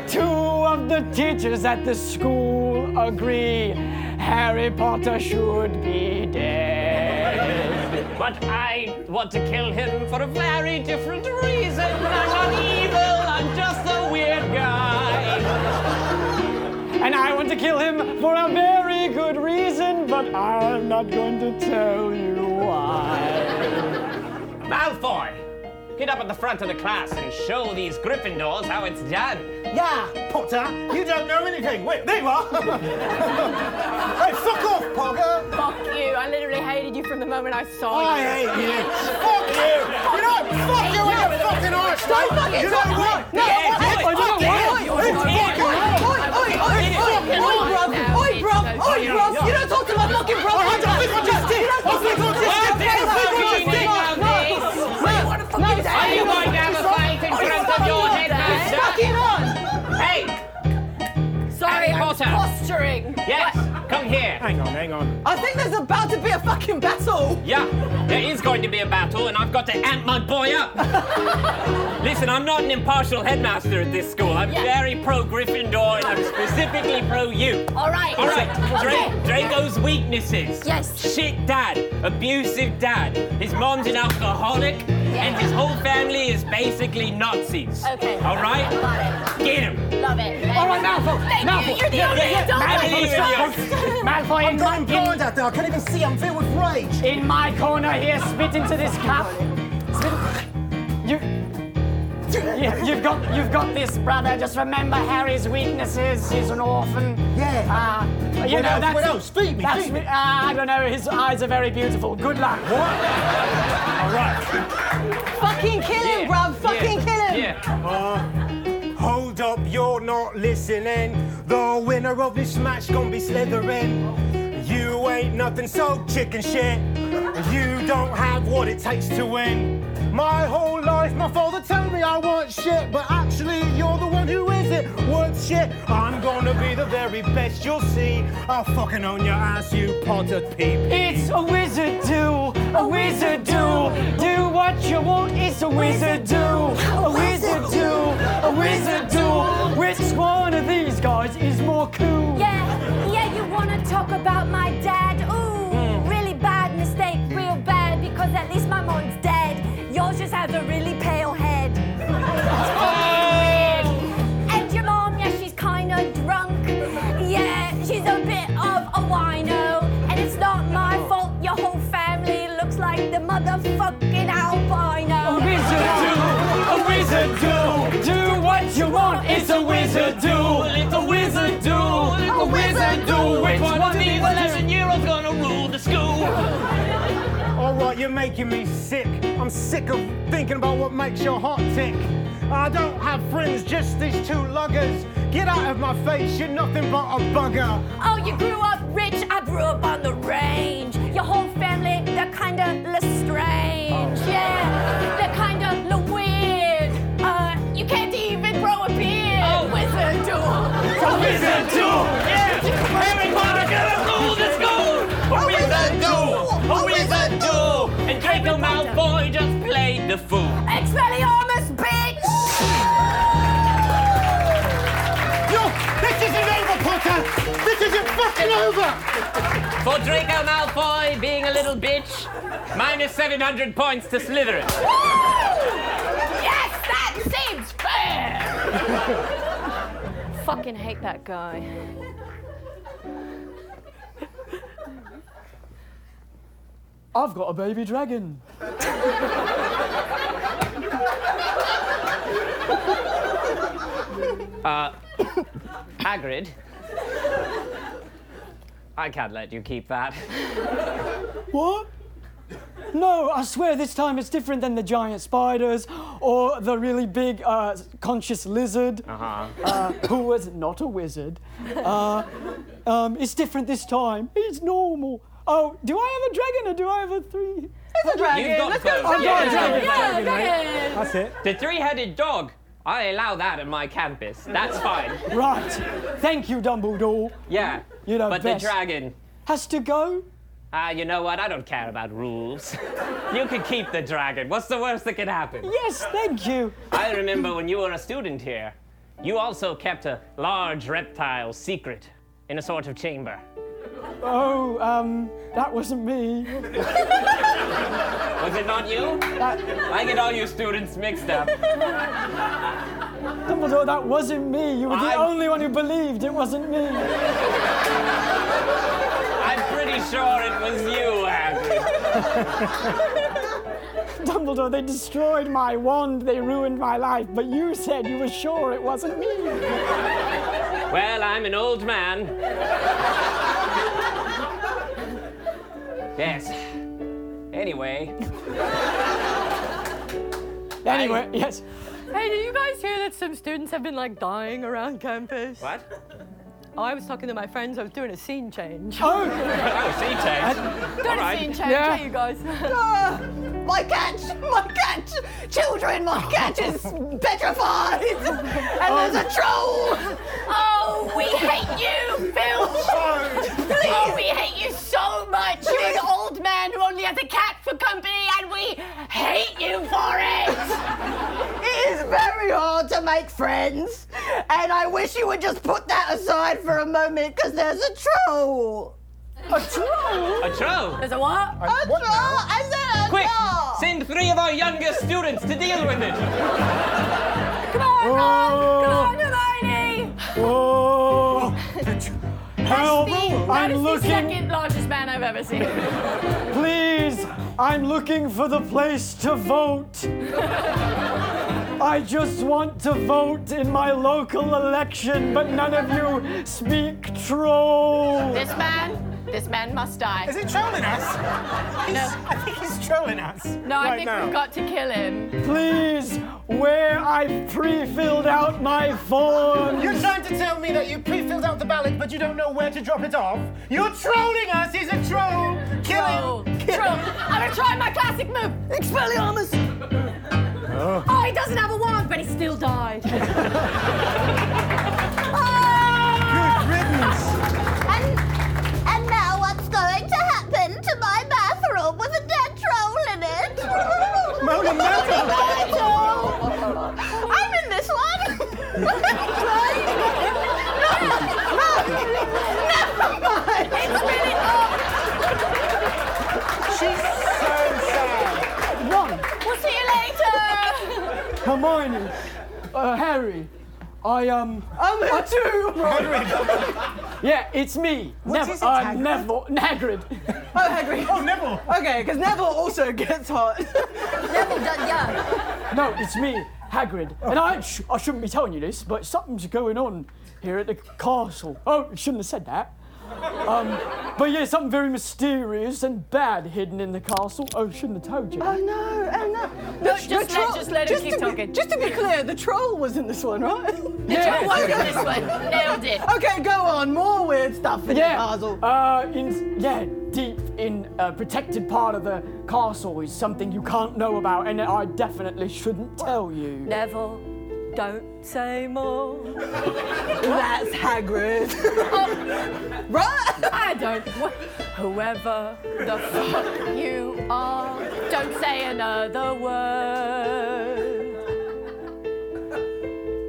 [SPEAKER 4] Two of the teachers at the school agree Harry Potter should be dead.
[SPEAKER 5] But I want to kill him for a very different reason. I'm not evil, I'm just a weird guy.
[SPEAKER 4] And I want to kill him for a very good reason, but I'm not going to tell you why.
[SPEAKER 5] Malfoy, Get up at the front of the class and show these Gryffindors how it's done.
[SPEAKER 3] Yeah, Potter, you don't know anything. Wait, there you are. (laughs) hey, fuck off, Potter.
[SPEAKER 18] Fuck you. I literally hated you from the moment I saw you.
[SPEAKER 3] I hate you. Fuck you. You know what? Fuck you in the fucking arse,
[SPEAKER 18] Don't
[SPEAKER 3] mate.
[SPEAKER 18] fucking
[SPEAKER 3] You know
[SPEAKER 18] talk
[SPEAKER 3] what?
[SPEAKER 18] to me. Yeah,
[SPEAKER 3] what?
[SPEAKER 18] do
[SPEAKER 3] It's
[SPEAKER 18] it. Do it. Do it.
[SPEAKER 3] fucking on. It's
[SPEAKER 18] Do it.
[SPEAKER 3] fucking on.
[SPEAKER 10] Oi, oi, oi, oi, oi, bruv. Oi, bruv. Oi, bruv. You don't talk to my fucking brother.
[SPEAKER 3] All right, I'll flip on this dick. I'll flip on this dick. I'll flip on this dick.
[SPEAKER 5] Are you going to have a fight in front of your headmaster? Hey!
[SPEAKER 18] Sorry,
[SPEAKER 5] Harry
[SPEAKER 18] I was
[SPEAKER 5] Potter.
[SPEAKER 18] posturing.
[SPEAKER 5] Yes, come here.
[SPEAKER 3] Hang on, hang on.
[SPEAKER 10] I think there's about to be a fucking battle.
[SPEAKER 5] Yeah, there is going to be a battle, and I've got to amp my boy up. Listen, I'm not an impartial headmaster at this school. I'm very pro Gryffindor, and I'm specifically pro you.
[SPEAKER 18] All right.
[SPEAKER 5] All right,
[SPEAKER 18] Okay.
[SPEAKER 5] Dra- Draco's weaknesses.
[SPEAKER 18] Yes.
[SPEAKER 5] Shit dad, abusive dad. His mom's an alcoholic, and his whole family is basically Nazis.
[SPEAKER 18] Okay.
[SPEAKER 5] All right?
[SPEAKER 18] Got
[SPEAKER 5] Get him.
[SPEAKER 18] Love it.
[SPEAKER 3] All right, Malfoy.
[SPEAKER 18] Thank
[SPEAKER 3] Malfoy.
[SPEAKER 18] you. You're the
[SPEAKER 3] Yeah,
[SPEAKER 18] only
[SPEAKER 3] yeah,
[SPEAKER 18] adult I
[SPEAKER 3] Malfoy,
[SPEAKER 18] can
[SPEAKER 3] Malfoy.
[SPEAKER 18] trust.
[SPEAKER 3] Malfoy, I'm going blind out there. I can't even see. I'm filled with rage.
[SPEAKER 4] In my corner here, spit into this cup. Spit. You. you- You've got, you've got this, brother. Just remember Harry's weaknesses. He's an orphan.
[SPEAKER 3] Yeah.
[SPEAKER 4] Uh, you
[SPEAKER 3] What
[SPEAKER 4] know
[SPEAKER 3] else?
[SPEAKER 4] that's.
[SPEAKER 3] What else? Feed me,
[SPEAKER 4] That's,
[SPEAKER 3] feed me.
[SPEAKER 4] uh, I don't know. His eyes are very beautiful. Good luck.
[SPEAKER 3] All right.
[SPEAKER 10] Fucking kill him, bruv. Fucking kill him.
[SPEAKER 3] Hold up, you're not listening. The winner of this match gonna be Slytherin. You ain't nothing so chicken shit. You don't have what it takes to win.
[SPEAKER 19] My whole life, my father told me I want shit, but actually, you're the one who is it. What shit?
[SPEAKER 3] I'm gonna be the very best you'll see. I'll fucking own your ass, you potted peep.
[SPEAKER 4] It's a wizard do, a wizard do. Do what you want, it's a wizard do. A wizard do, a wizard do. Which one of these guys is more cool?
[SPEAKER 6] Yeah, yeah, you wanna talk about my dad? Ooh, really bad mistake, real bad, because at least my mom's dead. Yours just has a really pale head. It's fucking weird. And your mom, yeah, she's kinda drunk. Yeah, she's a bit of a wino. And it's not my fault, your whole family looks like the motherfucking albino.
[SPEAKER 4] A wizard do, a wizard do. Oh, Do what you want, it's a wizard do. A wizard do, a wizard do. Which one of these is
[SPEAKER 5] year old's gonna rule the school.
[SPEAKER 3] All right, Oh, you're making me sick. I'm sick of thinking about what makes your heart tick. I don't have friends, just these two luggers. Get out of my face, you're nothing but a bugger.
[SPEAKER 6] Oh, you grew up rich, I grew up on the range. Your whole family, they're kinda Lestrange.
[SPEAKER 4] Oh.
[SPEAKER 6] Yeah, they're kinda la weird. Uh, you can't even grow a beard. Oh, wizard duel.
[SPEAKER 1] A
[SPEAKER 6] (laughs)
[SPEAKER 1] wizard duel.
[SPEAKER 6] Yeah,
[SPEAKER 1] Harry Potter gonna rule the school. A wizard do. A wizard do.
[SPEAKER 5] And Draco Malfoy just played the fool.
[SPEAKER 6] Expelliarmus, bitch!
[SPEAKER 19] Yo, this isn't over, Potter. This isn't fucking over.
[SPEAKER 5] For Draco Malfoy being a little bitch, minus 700 points to Slytherin.
[SPEAKER 18] Yes, that seems
[SPEAKER 4] (laughs)
[SPEAKER 18] fair. Fucking hate that guy.
[SPEAKER 4] I've got a baby dragon.
[SPEAKER 5] Uh, Hagrid, I can't let you keep that.
[SPEAKER 4] What? No, I swear this time it's different than the giant spiders or the really big uh, conscious lizard
[SPEAKER 5] Uh-huh.
[SPEAKER 4] uh, who was not a wizard. Uh, um, it's different this time. It's normal. Oh, do I have a dragon or do I have a three?
[SPEAKER 10] It's a dragon.
[SPEAKER 5] You've got
[SPEAKER 10] Let's go.
[SPEAKER 5] both.
[SPEAKER 4] I've got a
[SPEAKER 5] Yeah.
[SPEAKER 4] dragon.
[SPEAKER 5] Yeah,
[SPEAKER 4] mate. That's it.
[SPEAKER 5] The three-headed dog, I allow that at my campus. That's fine.
[SPEAKER 4] Right. Thank you, Dumbledore.
[SPEAKER 5] Yeah.
[SPEAKER 4] You know
[SPEAKER 5] but
[SPEAKER 4] best.
[SPEAKER 5] the dragon,
[SPEAKER 4] Has to go.
[SPEAKER 5] ah, you know what? I don't care about rules. you can keep the dragon. What's the worst that could happen?
[SPEAKER 4] Yes, thank you.
[SPEAKER 5] I remember when you were a student here, you also kept a large reptile secret in a sort of chamber.
[SPEAKER 4] Oh, um, that wasn't me.
[SPEAKER 5] Was it not you? I get all you students mixed up.
[SPEAKER 4] Dumbledore, that wasn't me. You were the
[SPEAKER 5] I'm-
[SPEAKER 4] only one who believed it wasn't me.
[SPEAKER 5] I'm pretty sure it was you, Hagrid.
[SPEAKER 4] Dumbledore, Dumbledore, they destroyed my wand, they ruined my life, but you said you were sure it wasn't me.
[SPEAKER 5] Well, I'm an old man. yes. Anyway.
[SPEAKER 4] Anyway, yes.
[SPEAKER 6] Hey, did you guys hear that some students have been like dying around campus?
[SPEAKER 5] What?
[SPEAKER 6] Oh, I was talking to my friends. I was doing a scene change.
[SPEAKER 4] Oh,
[SPEAKER 5] oh scene change.
[SPEAKER 6] Doing a
[SPEAKER 5] Alright.
[SPEAKER 6] scene change.
[SPEAKER 5] Yeah.
[SPEAKER 6] Yeah. you guys.
[SPEAKER 10] (laughs) Ah, my cat, my cat, children,
[SPEAKER 6] (laughs)
[SPEAKER 10] my cat is petrified, and there's a troll.
[SPEAKER 6] Oh, we hate you,
[SPEAKER 10] (laughs)
[SPEAKER 6] Phil.
[SPEAKER 10] Please.
[SPEAKER 6] Oh, we hate you so much. You're an old man who only has a cat for company, and we hate you for it.
[SPEAKER 10] It is very hard to make friends, and I wish you would just put that aside for a moment, because there's a troll.
[SPEAKER 4] A troll?
[SPEAKER 5] A troll? There's
[SPEAKER 6] a what?
[SPEAKER 10] A, troll, and then a
[SPEAKER 5] Quick,
[SPEAKER 10] troll.
[SPEAKER 5] send three of our youngest students to deal with it.
[SPEAKER 6] Come
[SPEAKER 3] Oh,
[SPEAKER 6] on, Ron. Come on, Hermione.
[SPEAKER 4] Whoa!
[SPEAKER 3] Oh,
[SPEAKER 4] Help!
[SPEAKER 6] That
[SPEAKER 4] Oh, I'm
[SPEAKER 6] is the
[SPEAKER 4] looking.
[SPEAKER 6] second largest man I've ever seen.
[SPEAKER 4] Please, I'm looking for the place to vote. I just want to vote in my local election, but none of you speak troll.
[SPEAKER 6] This man, this man must die.
[SPEAKER 3] Is he trolling us?
[SPEAKER 6] No,
[SPEAKER 3] I think he's trolling us.
[SPEAKER 6] no I
[SPEAKER 4] Right
[SPEAKER 6] think
[SPEAKER 4] now.
[SPEAKER 6] we've got to kill him.
[SPEAKER 4] Please, where I pre-filled out my form.
[SPEAKER 3] You're trying to tell me that you pre-filled out the ballot, but you don't know where to drop it off. You're trolling us. He's a troll. Kill
[SPEAKER 6] Troll.
[SPEAKER 3] him.
[SPEAKER 6] Troll. I'm gonna try my classic move. Expelliarmus.
[SPEAKER 3] Oh.
[SPEAKER 6] Oh, he doesn't have a wand, but he still died. Oh.
[SPEAKER 20] And, and now what's going to happen to my bathroom with a dead troll in it?
[SPEAKER 3] Mona,
[SPEAKER 20] Mona, I'm in this one. Run! Run! Never mind.
[SPEAKER 6] It's really hard.
[SPEAKER 3] She's so sad.
[SPEAKER 4] One,
[SPEAKER 6] We'll see you later.
[SPEAKER 4] Hermione, uh, Harry, I um.
[SPEAKER 10] I'm here too.
[SPEAKER 4] (laughs) Yeah, it's me.
[SPEAKER 10] What
[SPEAKER 4] Nev-
[SPEAKER 10] is it,
[SPEAKER 4] uh,
[SPEAKER 10] Hagrid?
[SPEAKER 4] Neville, Hagrid.
[SPEAKER 10] Oh, Hagrid.
[SPEAKER 3] Oh, Neville.
[SPEAKER 10] Okay, because Neville also gets (laughs) hot.
[SPEAKER 6] Neville done, yeah.
[SPEAKER 4] (laughs) No, it's me, Hagrid.
[SPEAKER 10] Oh.
[SPEAKER 4] And I, sh- I shouldn't be telling you this, but something's going on here at the castle. Oh, I shouldn't have said that. Um, but yeah, something very mysterious and bad hidden in the castle. Oh, shouldn't have told you.
[SPEAKER 10] Oh no, oh no.
[SPEAKER 6] No, just let- just let him keep
[SPEAKER 10] to be-
[SPEAKER 6] talking.
[SPEAKER 10] just to be clear, the troll was in this one, right?
[SPEAKER 6] Yeah. troll was in this one. Nailed it.
[SPEAKER 10] Okay, go on. More weird stuff in
[SPEAKER 4] yeah,
[SPEAKER 10] the puzzle.
[SPEAKER 4] Uh, in, yeah, deep in a protected part of the castle is something you can't know about, and I definitely shouldn't tell you.
[SPEAKER 6] Neville, don't say more.
[SPEAKER 10] That's
[SPEAKER 4] (laughs)
[SPEAKER 10] Hagrid.
[SPEAKER 6] Right? I don't. Wh- whoever the fuck you are, don't say another word.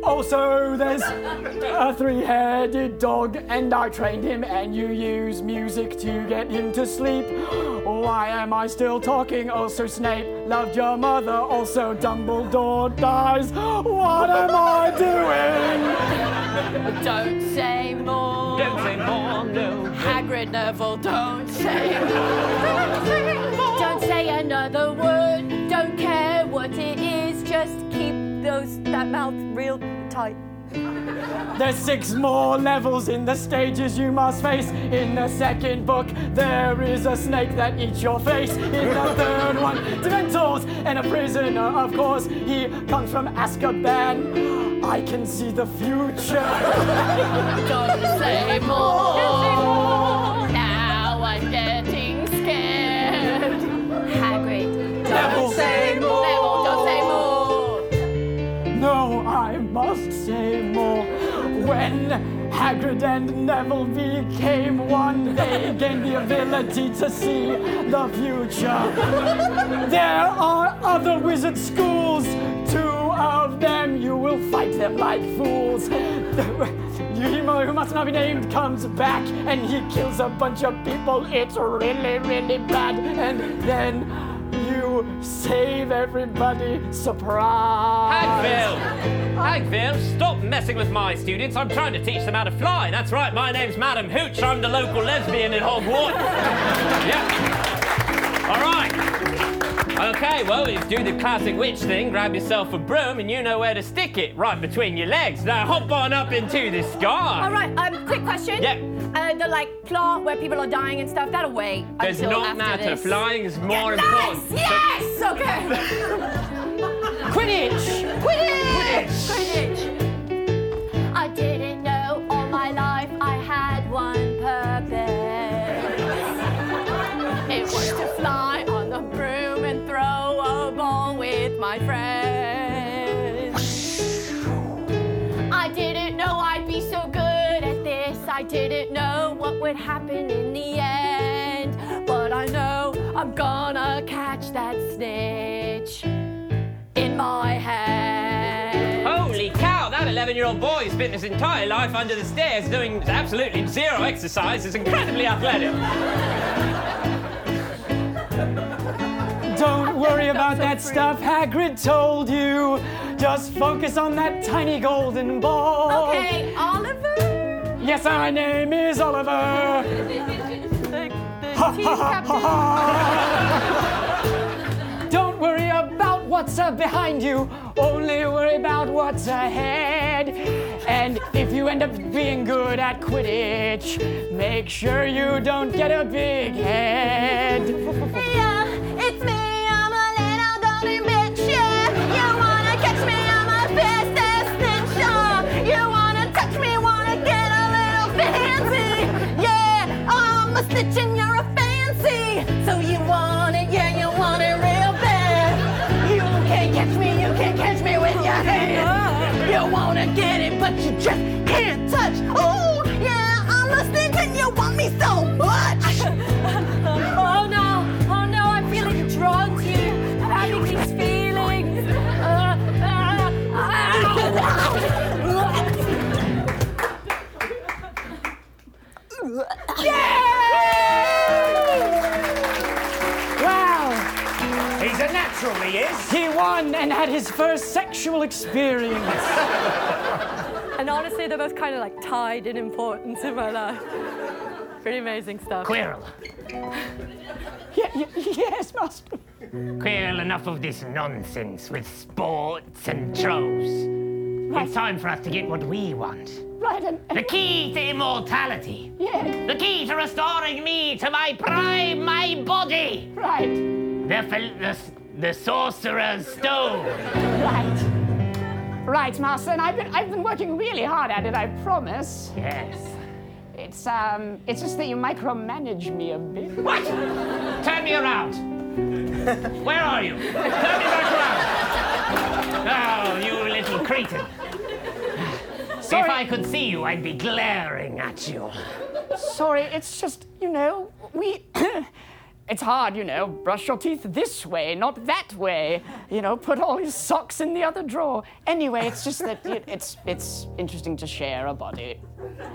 [SPEAKER 4] Also, there's a three headed dog, and I trained him, and you use music to get him to sleep. Why am I still talking? Also, Snape loved your mother. Also, Dumbledore dies. What am I doing?
[SPEAKER 6] Don't say more.
[SPEAKER 5] Don't say more, no.
[SPEAKER 6] Hagrid Neville, don't say (laughs) more. Don't say another word. Don't care what it is. Just keep those that mouth real tight.
[SPEAKER 4] There's six more levels in the stages you must face. In the second book, there is a snake that eats your face. In the third one, Dementors and a prisoner, of course. He comes from Azkaban. I can see the future.
[SPEAKER 6] Don't say more. Don't say more. Now I'm getting scared. Hagrid, don't
[SPEAKER 4] Neville.
[SPEAKER 6] say more. Neville, don't say more.
[SPEAKER 4] no, I must say more. When Hagrid and Neville became one, they gained the ability to see the future. There are other wizard schools. Two of them, you will fight them like fools. Yurimo, who must not be named, comes back and he kills a bunch of people. It's really, really bad. And then you save everybody. Surprise!
[SPEAKER 5] Hagville! Hagville, stop messing with my students. I'm trying to teach them how to fly. That's right, my name's Madam Hooch. I'm the local lesbian in Hogwarts. yeah. All right. Okay, well, let's do the classic witch thing. Grab yourself a broom and you know where to stick it. Right between your legs. Now hop on up into the sky.
[SPEAKER 21] All right. Um, quick question.
[SPEAKER 5] Yeah.
[SPEAKER 21] Uh, the like plot where people are dying and stuff. That'll wait.
[SPEAKER 5] Does
[SPEAKER 21] until
[SPEAKER 5] not
[SPEAKER 21] after
[SPEAKER 5] matter.
[SPEAKER 21] This.
[SPEAKER 5] Flying is more
[SPEAKER 21] Yes.
[SPEAKER 5] important.
[SPEAKER 21] Yes. Okay.
[SPEAKER 5] Quidditch.
[SPEAKER 21] Quidditch. Quidditch.
[SPEAKER 6] I didn't know all my life I had one purpose.
[SPEAKER 21] It was to fly on the broom and throw a ball with my friends.
[SPEAKER 6] I didn't know I'd be so good at this. I didn't know what would happen in the end. But I know I'm gonna catch that snitch in my head.
[SPEAKER 5] Holy cow, that 11 year old boy who spent his entire life under the stairs doing absolutely zero exercise is incredibly athletic.
[SPEAKER 21] (laughs)
[SPEAKER 4] Don't worry about that stuff Hagrid told you. Just focus on that tiny golden ball.
[SPEAKER 21] Okay, Oliver.
[SPEAKER 4] Yes, my name is Oliver.
[SPEAKER 21] (laughs) the, the
[SPEAKER 4] Ha,
[SPEAKER 21] team
[SPEAKER 4] ha, ha,
[SPEAKER 21] captain. (laughs)
[SPEAKER 4] Don't worry about what's up behind you. Only worry about what's ahead. And if you end up being good at Quidditch, make sure you don't get a big head.
[SPEAKER 6] Yeah, it's me. I'm a little golden bitch. Yeah, you wanna catch me? I'm a fastest snitch. Yeah, you wanna touch me? Wanna get a little fancy? Yeah, I'm a snitch and you're a fancy. So you want it? Yeah, you want it real bad. You can't catch me. You can't catch me with your hands. You wanna get it, but you just can't touch. Ooh, yeah, I'm a snitch and you want me so much.
[SPEAKER 22] (laughs) Oh no, oh no, I'm feeling drawn to you. I'm having these
[SPEAKER 6] (laughs)
[SPEAKER 22] feelings. Uh, uh,
[SPEAKER 4] Wow!
[SPEAKER 23] He's a natural, he is.
[SPEAKER 4] He won and had his first sexual experience.
[SPEAKER 22] And honestly, they're both kind of like tied in importance in my life. Pretty amazing stuff.
[SPEAKER 7] Quirrell.
[SPEAKER 4] yes, Master.
[SPEAKER 7] Quirrell, enough of this nonsense with sports and trolls. It's time for us to get what we want.
[SPEAKER 4] Right, and,
[SPEAKER 7] The key to immortality.
[SPEAKER 4] Yeah.
[SPEAKER 7] The key to restoring me to my prime, my body.
[SPEAKER 4] Right.
[SPEAKER 7] The, fel- the, s- the sorcerer's stone.
[SPEAKER 4] Right. Right, Master, and I've been, I've been working really hard at it, I promise.
[SPEAKER 7] Yes.
[SPEAKER 4] It's, um, it's just that you micromanage me a bit.
[SPEAKER 7] What? Turn me around. Where are you? Turn me back around. Oh, you little cretin. If I could see you, I'd be glaring at you.
[SPEAKER 4] Sorry, it's just, you know, we. (clears throat) it's hard, you know, brush your teeth this way, not that way. You know, put all your socks in the other drawer. Anyway, it's just that it, it's, it's interesting to share a body.
[SPEAKER 7] Well,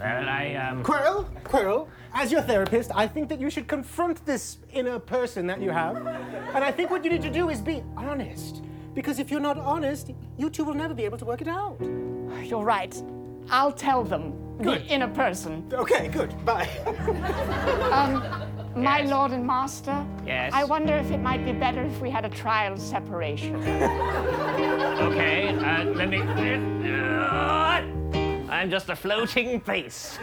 [SPEAKER 7] I, um.
[SPEAKER 10] Quirrell, Quirrell, as your therapist, I think that you should confront this inner person that you have. And I think what you need to do is be honest. Because if you're not honest, you two will never be able to work it out.
[SPEAKER 4] You're right. I'll tell them.
[SPEAKER 10] Good.
[SPEAKER 4] The inner person.
[SPEAKER 10] Okay, good. (laughs) Bye.
[SPEAKER 4] Um, my lord and master.
[SPEAKER 7] Yes.
[SPEAKER 4] I wonder if it might be better if we had a trial separation.
[SPEAKER 7] Okay, uh, let me. Uh, I'm just a floating face.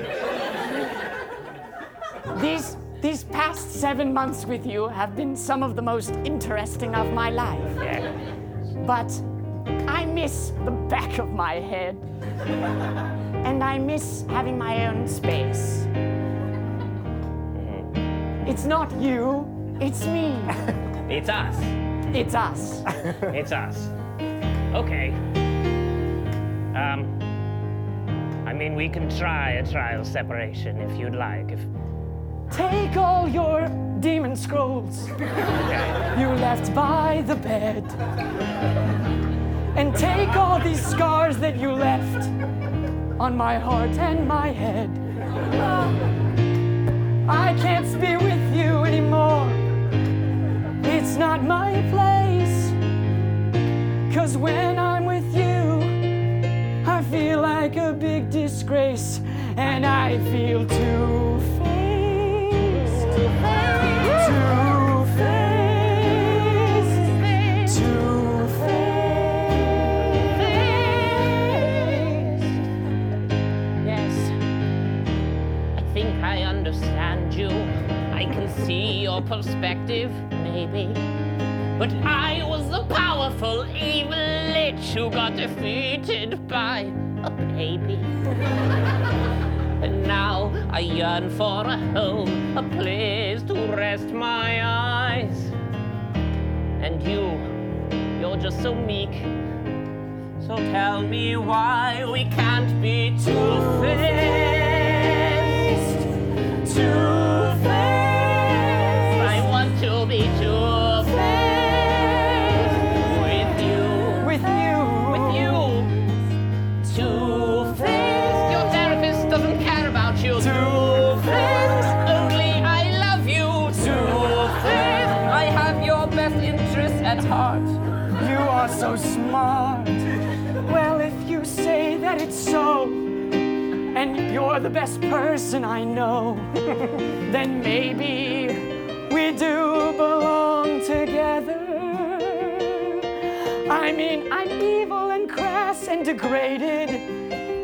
[SPEAKER 4] these these past seven months with you have been some of the most interesting of my life. But I miss the back of my head. and I miss having my own space. It's not you, it's me.
[SPEAKER 7] It's us.
[SPEAKER 4] It's us.
[SPEAKER 7] It's us. Okay. Um. I mean, we can try a trial separation if you'd like. If
[SPEAKER 4] Take all your demon scrolls you left by the bed. And take all these scars that you left on my heart and my head. I can't be with you anymore. It's not my place. Cause when I'm with you, I feel like a big disgrace. And I feel too faced. Too faced.
[SPEAKER 24] your perspective, maybe. But I was the powerful evil lich who got defeated by a baby. (laughs) and now I yearn for a home, a place to rest my eyes. And you, you're just so meek. So tell me why we can't be two faced. Two faced. I want to be two faced with you. With you. With you. Two faced. Your therapist doesn't care about you. Two faced. Only I love you. Two faced. I have your best interests at heart.
[SPEAKER 4] You are so smart. Well, if you say that it's so, and you're the best person I know, (laughs) then maybe we do belong together. I mean, I'm evil and crass and degraded,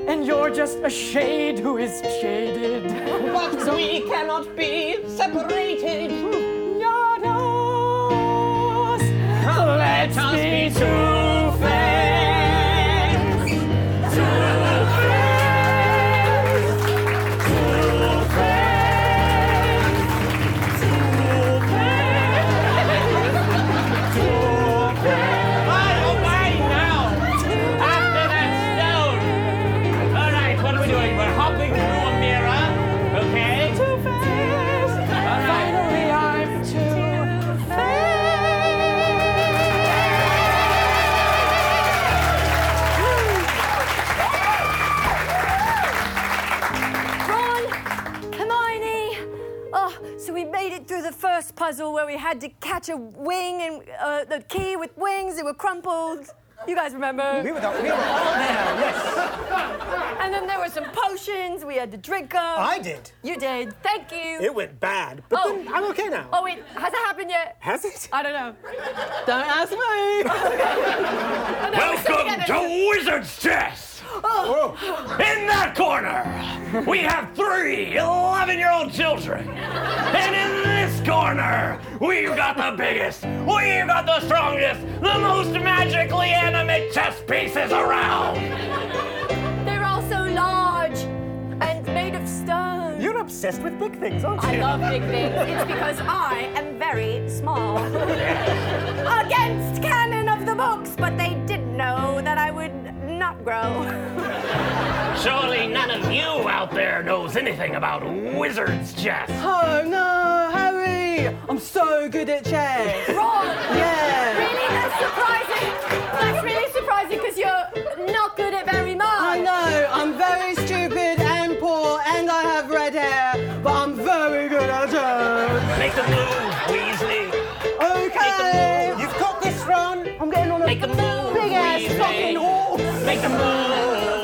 [SPEAKER 4] and you're just a shade who is shaded.
[SPEAKER 24] (laughs) But we cannot be separated.
[SPEAKER 4] Not us.
[SPEAKER 24] Let us be two faced.
[SPEAKER 4] Finally, I'm too
[SPEAKER 6] Ron, Hermione. Oh, so we made it through the first puzzle where we had to catch a wing and uh, the key with wings. It were crumpled. You guys remember?
[SPEAKER 10] We were the- we were all there,
[SPEAKER 6] yes. And then there were some potions. We had to drink them.
[SPEAKER 3] I did.
[SPEAKER 6] You did. Thank you.
[SPEAKER 3] It went bad, but
[SPEAKER 6] Oh.
[SPEAKER 3] then I'm okay now.
[SPEAKER 6] Oh, wait, has it happened yet?
[SPEAKER 3] Has it?
[SPEAKER 6] I don't know.
[SPEAKER 10] Don't ask me.
[SPEAKER 6] Welcome
[SPEAKER 5] to Wizard's Chess! In that corner, we have three 11 year old children. And in this corner, we've got the biggest, we've got the strongest, the most magically animate chess pieces around.
[SPEAKER 6] They're all so large and made of stone.
[SPEAKER 3] You're obsessed with big things, aren't you?
[SPEAKER 6] I love big things. It's because I am very small. Against canon of the books, but they didn't know that I would not grow.
[SPEAKER 5] Surely none of you out there knows anything about Wizard's Chess.
[SPEAKER 10] Oh no, Harry! I'm so good at chess.
[SPEAKER 6] Ron!
[SPEAKER 10] Yeah.
[SPEAKER 6] Really? That's surprising. That's really surprising because you're not good at very much.
[SPEAKER 10] I know, I'm very stupid and poor, and I have red hair, but I'm very good at chess.
[SPEAKER 5] Make the move, Weasley.
[SPEAKER 10] Okay.
[SPEAKER 3] You've got this, Ron.
[SPEAKER 10] I'm getting on a
[SPEAKER 5] Make the move,
[SPEAKER 10] big ass
[SPEAKER 5] Weasley.
[SPEAKER 10] fucking horse.
[SPEAKER 5] Make the move.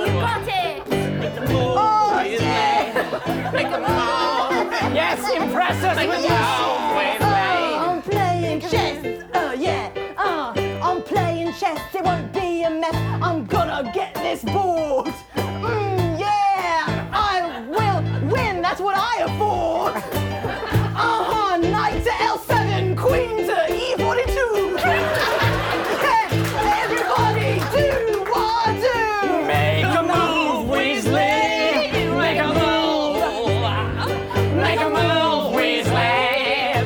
[SPEAKER 6] You got it.
[SPEAKER 10] Oh,
[SPEAKER 25] Yes, impress us with your
[SPEAKER 10] Oh, I'm playing chess. Oh yeah. Oh, I'm playing chess. It won't be a mess. I'm gonna get this board. Mm, yeah. I will win. That's what I afford. Uh-huh. Knight to L7, Queen to E (laughs) E42. yeah. Everybody do what I do.
[SPEAKER 26] Make
[SPEAKER 10] a move, Weasley. Make a move. Make a move, Weasley.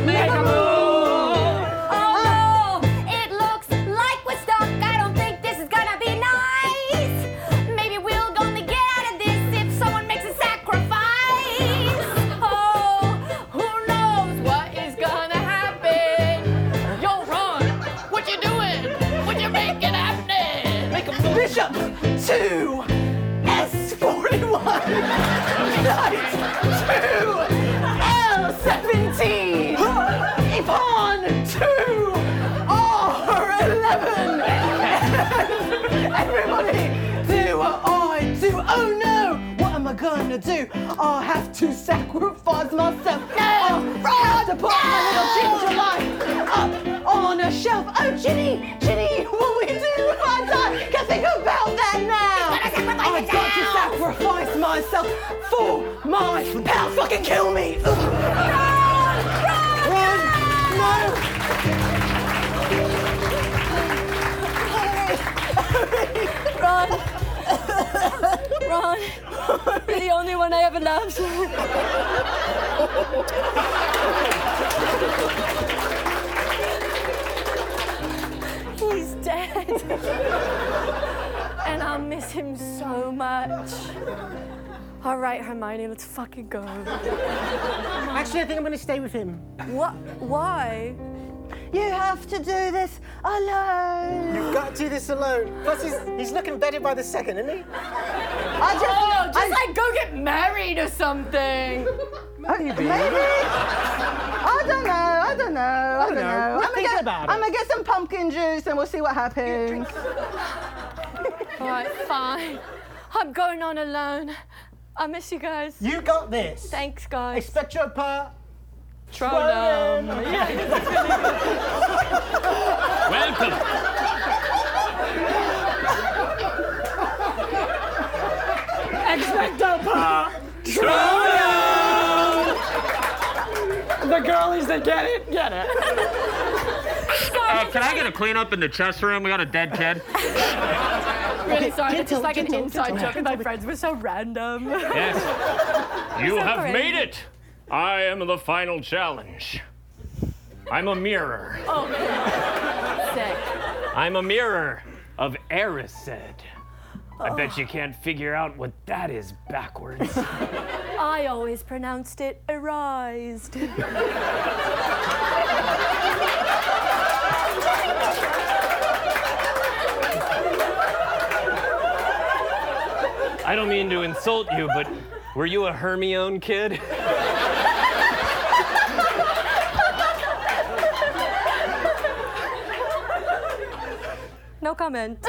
[SPEAKER 10] Make a move.
[SPEAKER 27] Oh, it looks like we're stuck. I don't think this is gonna be nice. Maybe we'll only get out of this if someone makes a sacrifice.
[SPEAKER 6] Oh, who knows what is gonna happen? Yo, Ron, what you doing? What you making happen? Make a
[SPEAKER 10] Bishop two S forty one Knight two L seventeen Pawn two R eleven Everybody do what I do Oh no what am I gonna do? I have to sacrifice myself No I have to put my little ginger life up on a shelf Oh Ginny Ginny what we do if I die? Can think about that now I got to sacrifice myself for my pal fucking kill me Run! Run!
[SPEAKER 2] Ron. (laughs) Ron. You're the only one I ever loved. He's dead. and I'll miss him so much. All right, Hermione, let's fucking go.
[SPEAKER 3] Actually, I think I'm going to stay with him.
[SPEAKER 2] What? Why?
[SPEAKER 10] You have to do this alone.
[SPEAKER 3] You've got to do this alone. Plus, he's, he's looking better by the second, isn't he?
[SPEAKER 10] I just,
[SPEAKER 6] Oh, just
[SPEAKER 10] I-
[SPEAKER 6] like go get married or something.
[SPEAKER 3] Maybe.
[SPEAKER 10] I don't know. I don't know. I don't know.
[SPEAKER 3] know. We're
[SPEAKER 10] I'm
[SPEAKER 3] thinking
[SPEAKER 10] gonna get,
[SPEAKER 3] about it.
[SPEAKER 10] I'm gonna get some pumpkin juice and we'll see what happens.
[SPEAKER 2] All right, fine. I'm going on alone. I miss you guys.
[SPEAKER 3] You got this.
[SPEAKER 2] Thanks, guys.
[SPEAKER 3] Expect your part.
[SPEAKER 2] Tronum.
[SPEAKER 28] Welcome.
[SPEAKER 4] Expecto Patronum! The girlies that get it, get it.
[SPEAKER 28] Uh, can I get a cleanup in the chess room? We got a dead kid.
[SPEAKER 6] Really sorry, that's
[SPEAKER 10] gentle,
[SPEAKER 6] just like an
[SPEAKER 10] gentle,
[SPEAKER 6] inside
[SPEAKER 10] gentle.
[SPEAKER 6] joke. and My friends were so random.
[SPEAKER 2] (laughs)
[SPEAKER 5] You
[SPEAKER 6] It's
[SPEAKER 5] have
[SPEAKER 6] okay.
[SPEAKER 5] made it. I am the final challenge. I'm a mirror.
[SPEAKER 6] Oh, sick.
[SPEAKER 5] I'm a mirror of Erised. I bet you can't figure out what that is backwards.
[SPEAKER 2] I always pronounced it arised.
[SPEAKER 29] I don't mean to insult you, but were you a Hermione kid?
[SPEAKER 2] No comment.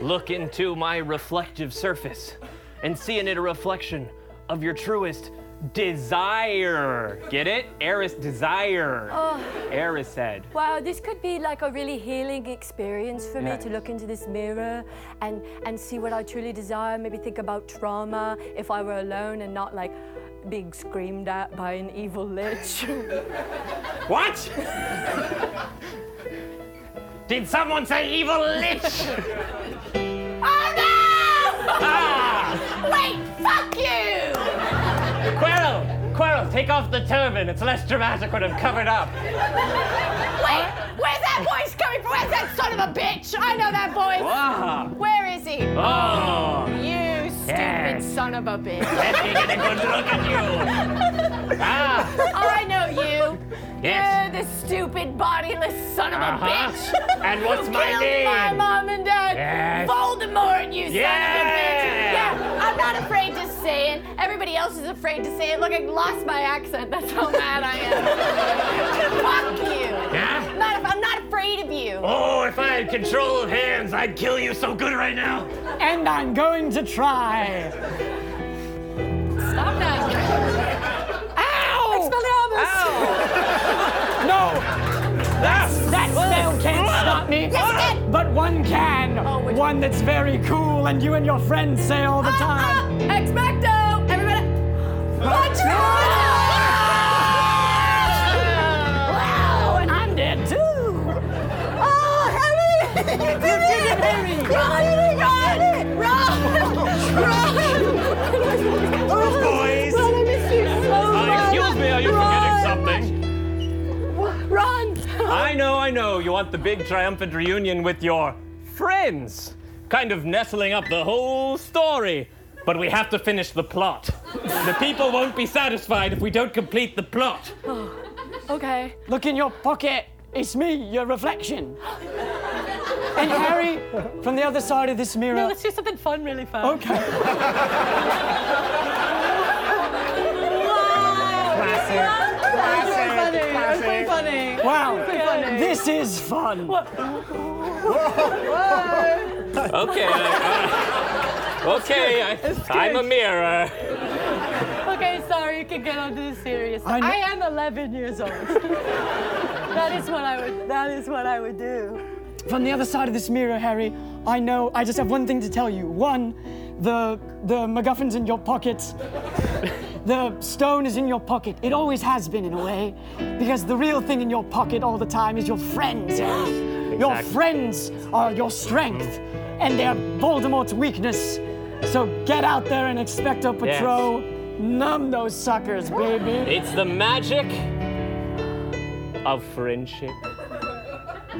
[SPEAKER 29] Look into my reflective surface and see in it a reflection of your truest desire. Get it? Eris desire.
[SPEAKER 2] Oh.
[SPEAKER 29] Eris said.
[SPEAKER 2] Wow, this could be like a really healing experience for
[SPEAKER 29] Yeah.
[SPEAKER 2] me to look into this mirror and, and see what I truly desire. Maybe think about trauma if I were alone and not like being screamed at by an evil lich. (laughs)
[SPEAKER 5] what? Did someone say evil lich?
[SPEAKER 6] Ah! Wait, fuck you!
[SPEAKER 5] Quirrell! Quirrell, take off the turban. It's less dramatic when I'm covered up.
[SPEAKER 6] Wait, where's that voice coming from? Where's that son of a bitch? I know that voice.
[SPEAKER 5] Wow.
[SPEAKER 6] Where is he?
[SPEAKER 29] Ah.
[SPEAKER 5] Oh.
[SPEAKER 6] You stupid
[SPEAKER 5] Yes.
[SPEAKER 6] son of a bitch.
[SPEAKER 5] Let me get a good look at you. Ah.
[SPEAKER 6] Oh, I know you.
[SPEAKER 5] Yes.
[SPEAKER 6] You're the stupid, bodiless son of
[SPEAKER 5] Uh-huh.
[SPEAKER 6] a bitch.
[SPEAKER 5] And what's
[SPEAKER 6] Who
[SPEAKER 5] my
[SPEAKER 6] killed
[SPEAKER 5] name?
[SPEAKER 6] My mom and dad.
[SPEAKER 5] Yes.
[SPEAKER 6] Voldemort, you
[SPEAKER 5] Yeah.
[SPEAKER 6] son of a bitch. Yeah. I'm not afraid to say it. Everybody else is afraid to say it. Look, I lost my accent. That's how mad I am. Fuck you.
[SPEAKER 5] Yeah?
[SPEAKER 6] I'm not, I'm not afraid of you.
[SPEAKER 5] Oh, if I had control of hands, I'd kill you so good right now.
[SPEAKER 4] And I'm going to try.
[SPEAKER 6] Stop that.
[SPEAKER 4] Oh.
[SPEAKER 10] Oh,
[SPEAKER 6] Ow! Expelliarmus.
[SPEAKER 5] Oh.
[SPEAKER 4] No! That, that sound can't stop me. But one can.
[SPEAKER 10] Oh,
[SPEAKER 4] one that's very cool and you and your friends say all the
[SPEAKER 10] Ah,
[SPEAKER 4] time.
[SPEAKER 6] Ah, Expecto. Everybody.
[SPEAKER 5] Ah!
[SPEAKER 4] Wow, and I'm dead too.
[SPEAKER 10] Oh,
[SPEAKER 4] (laughs)
[SPEAKER 10] Harry! You did it, Harry! Run! Run! Run! Run!
[SPEAKER 28] Boys.
[SPEAKER 10] Run, I miss you so
[SPEAKER 29] Uh,
[SPEAKER 10] much.
[SPEAKER 29] excuse me, are you
[SPEAKER 10] Run.
[SPEAKER 29] forgetting something?
[SPEAKER 6] Run.
[SPEAKER 29] I know, I know. You want the big triumphant reunion with your friends. Kind of nestling up the whole story.
[SPEAKER 5] But we have to finish the plot. The people won't be satisfied if we don't complete the plot.
[SPEAKER 2] okay.
[SPEAKER 4] Look in your pocket. It's me, your reflection. and Harry, from the other side of this mirror.
[SPEAKER 2] No, let's do something fun really fast.
[SPEAKER 4] Okay.
[SPEAKER 10] That's pretty funny.
[SPEAKER 4] Wow,
[SPEAKER 10] Pretty funny.
[SPEAKER 4] this is fun.
[SPEAKER 29] Okay. (laughs) uh, okay, I, I'm a mirror.
[SPEAKER 2] Okay, sorry, you can get onto the serious.
[SPEAKER 29] I
[SPEAKER 2] I,
[SPEAKER 29] kn-
[SPEAKER 2] am 11 years old. (laughs) that is what I would. That is what I would do.
[SPEAKER 4] From the other side of this mirror, Harry, I know I just have one thing to tell you. One, the the MacGuffin's in your pockets.
[SPEAKER 7] The stone is in your pocket. It always has been, in a way, because the real thing in your pocket all the time is your friends. Eric. Your friends are your strength, and they're Voldemort's weakness. So get out there and expect a
[SPEAKER 30] Yes.
[SPEAKER 7] Patro. Numb those suckers, baby.
[SPEAKER 30] It's the magic of friendship.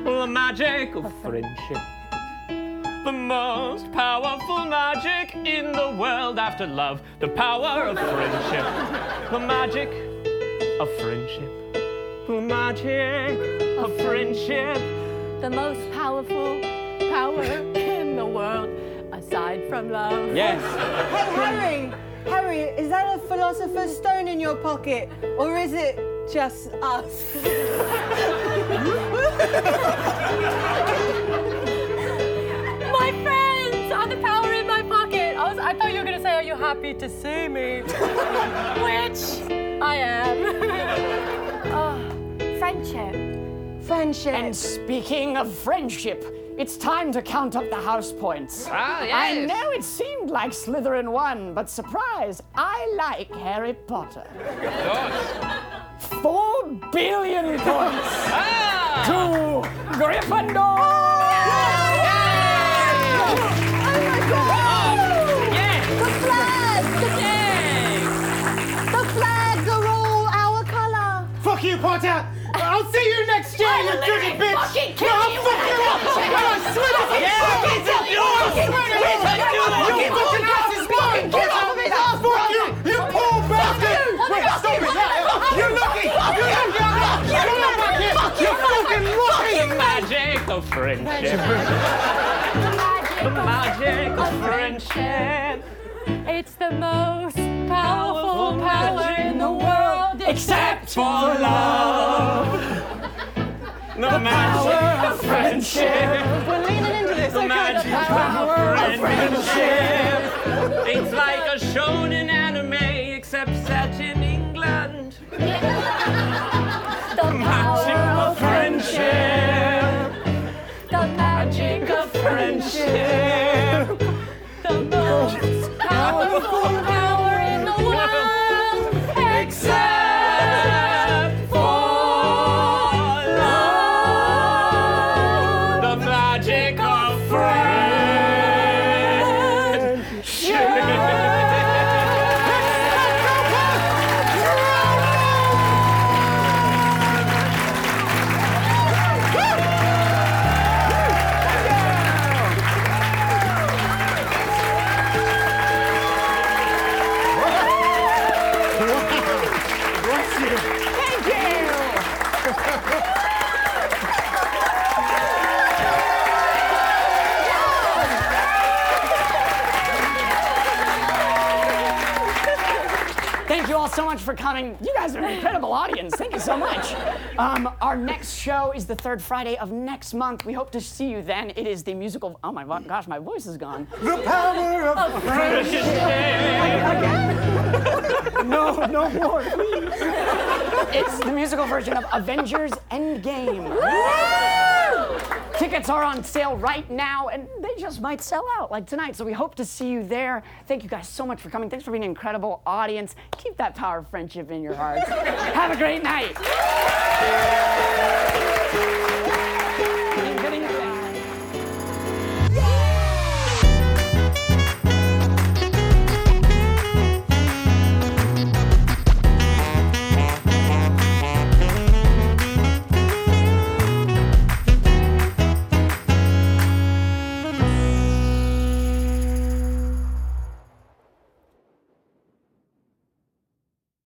[SPEAKER 5] The magic of friendship. The most powerful magic in the world after love. The power of friendship. The magic of friendship. The magic of friendship.
[SPEAKER 18] The most powerful power in the world, aside from love.
[SPEAKER 5] Yes.
[SPEAKER 31] Harry, Harry, is that a philosopher's stone in your pocket, or is it just us?
[SPEAKER 6] My friends are the power in my pocket. I, was, I thought you were gonna say, "Are you happy to see
[SPEAKER 19] (laughs)
[SPEAKER 6] me?" Which I (laughs) am.
[SPEAKER 18] oh, friendship.
[SPEAKER 31] Friendship.
[SPEAKER 4] And speaking of friendship, it's time to count up the house points.
[SPEAKER 1] Ah,
[SPEAKER 4] I
[SPEAKER 1] yes.
[SPEAKER 4] know it seemed like Slytherin won, but surprise, I like Harry Potter. Four billion points
[SPEAKER 1] Ah.
[SPEAKER 4] to Gryffindor.
[SPEAKER 1] Oh
[SPEAKER 31] The flags are all our colour.
[SPEAKER 19] Fuck you, Potter! I'll see you next year, you dirty bitch! No, I'll fuck you up! No, I swear to fucking God, it's up your ass! I swear to God! Your fucking ass is mine! Get off of his ass! Fuck you! You poor bastard! Wait, stop it! You're lucky! You're lucky! You're not back here! You're fucking lucky!
[SPEAKER 5] The magic of friendship. The magic of friendship.
[SPEAKER 6] It's the most powerful power in the world,
[SPEAKER 1] Except for love.
[SPEAKER 5] The magic of friendship.
[SPEAKER 31] We're leaning into this.
[SPEAKER 5] The magic of friendship. It's like a shonen anime, except set in England.
[SPEAKER 6] The
[SPEAKER 5] magic of friendship.
[SPEAKER 6] The magic of friendship. The most powerful (laughs) power in the world, except for love.
[SPEAKER 5] The magic of friendship.
[SPEAKER 1] Bless you. Thank you.
[SPEAKER 4] Thank you all so much for coming. You guys are an incredible audience. Thank you so much. Um, our next show is the third Friday of next month. We hope to see you then. It is the musical. Oh my vo- gosh, my voice is gone.
[SPEAKER 1] The power of friendship.
[SPEAKER 4] no, no more, please. It's the musical version of Avengers Endgame. Tickets are on sale right now, and they just might sell out like tonight. So we hope to see you there. Thank you guys so much for coming. Thanks for being an incredible audience. Keep that power of friendship in your hearts. Have a great night.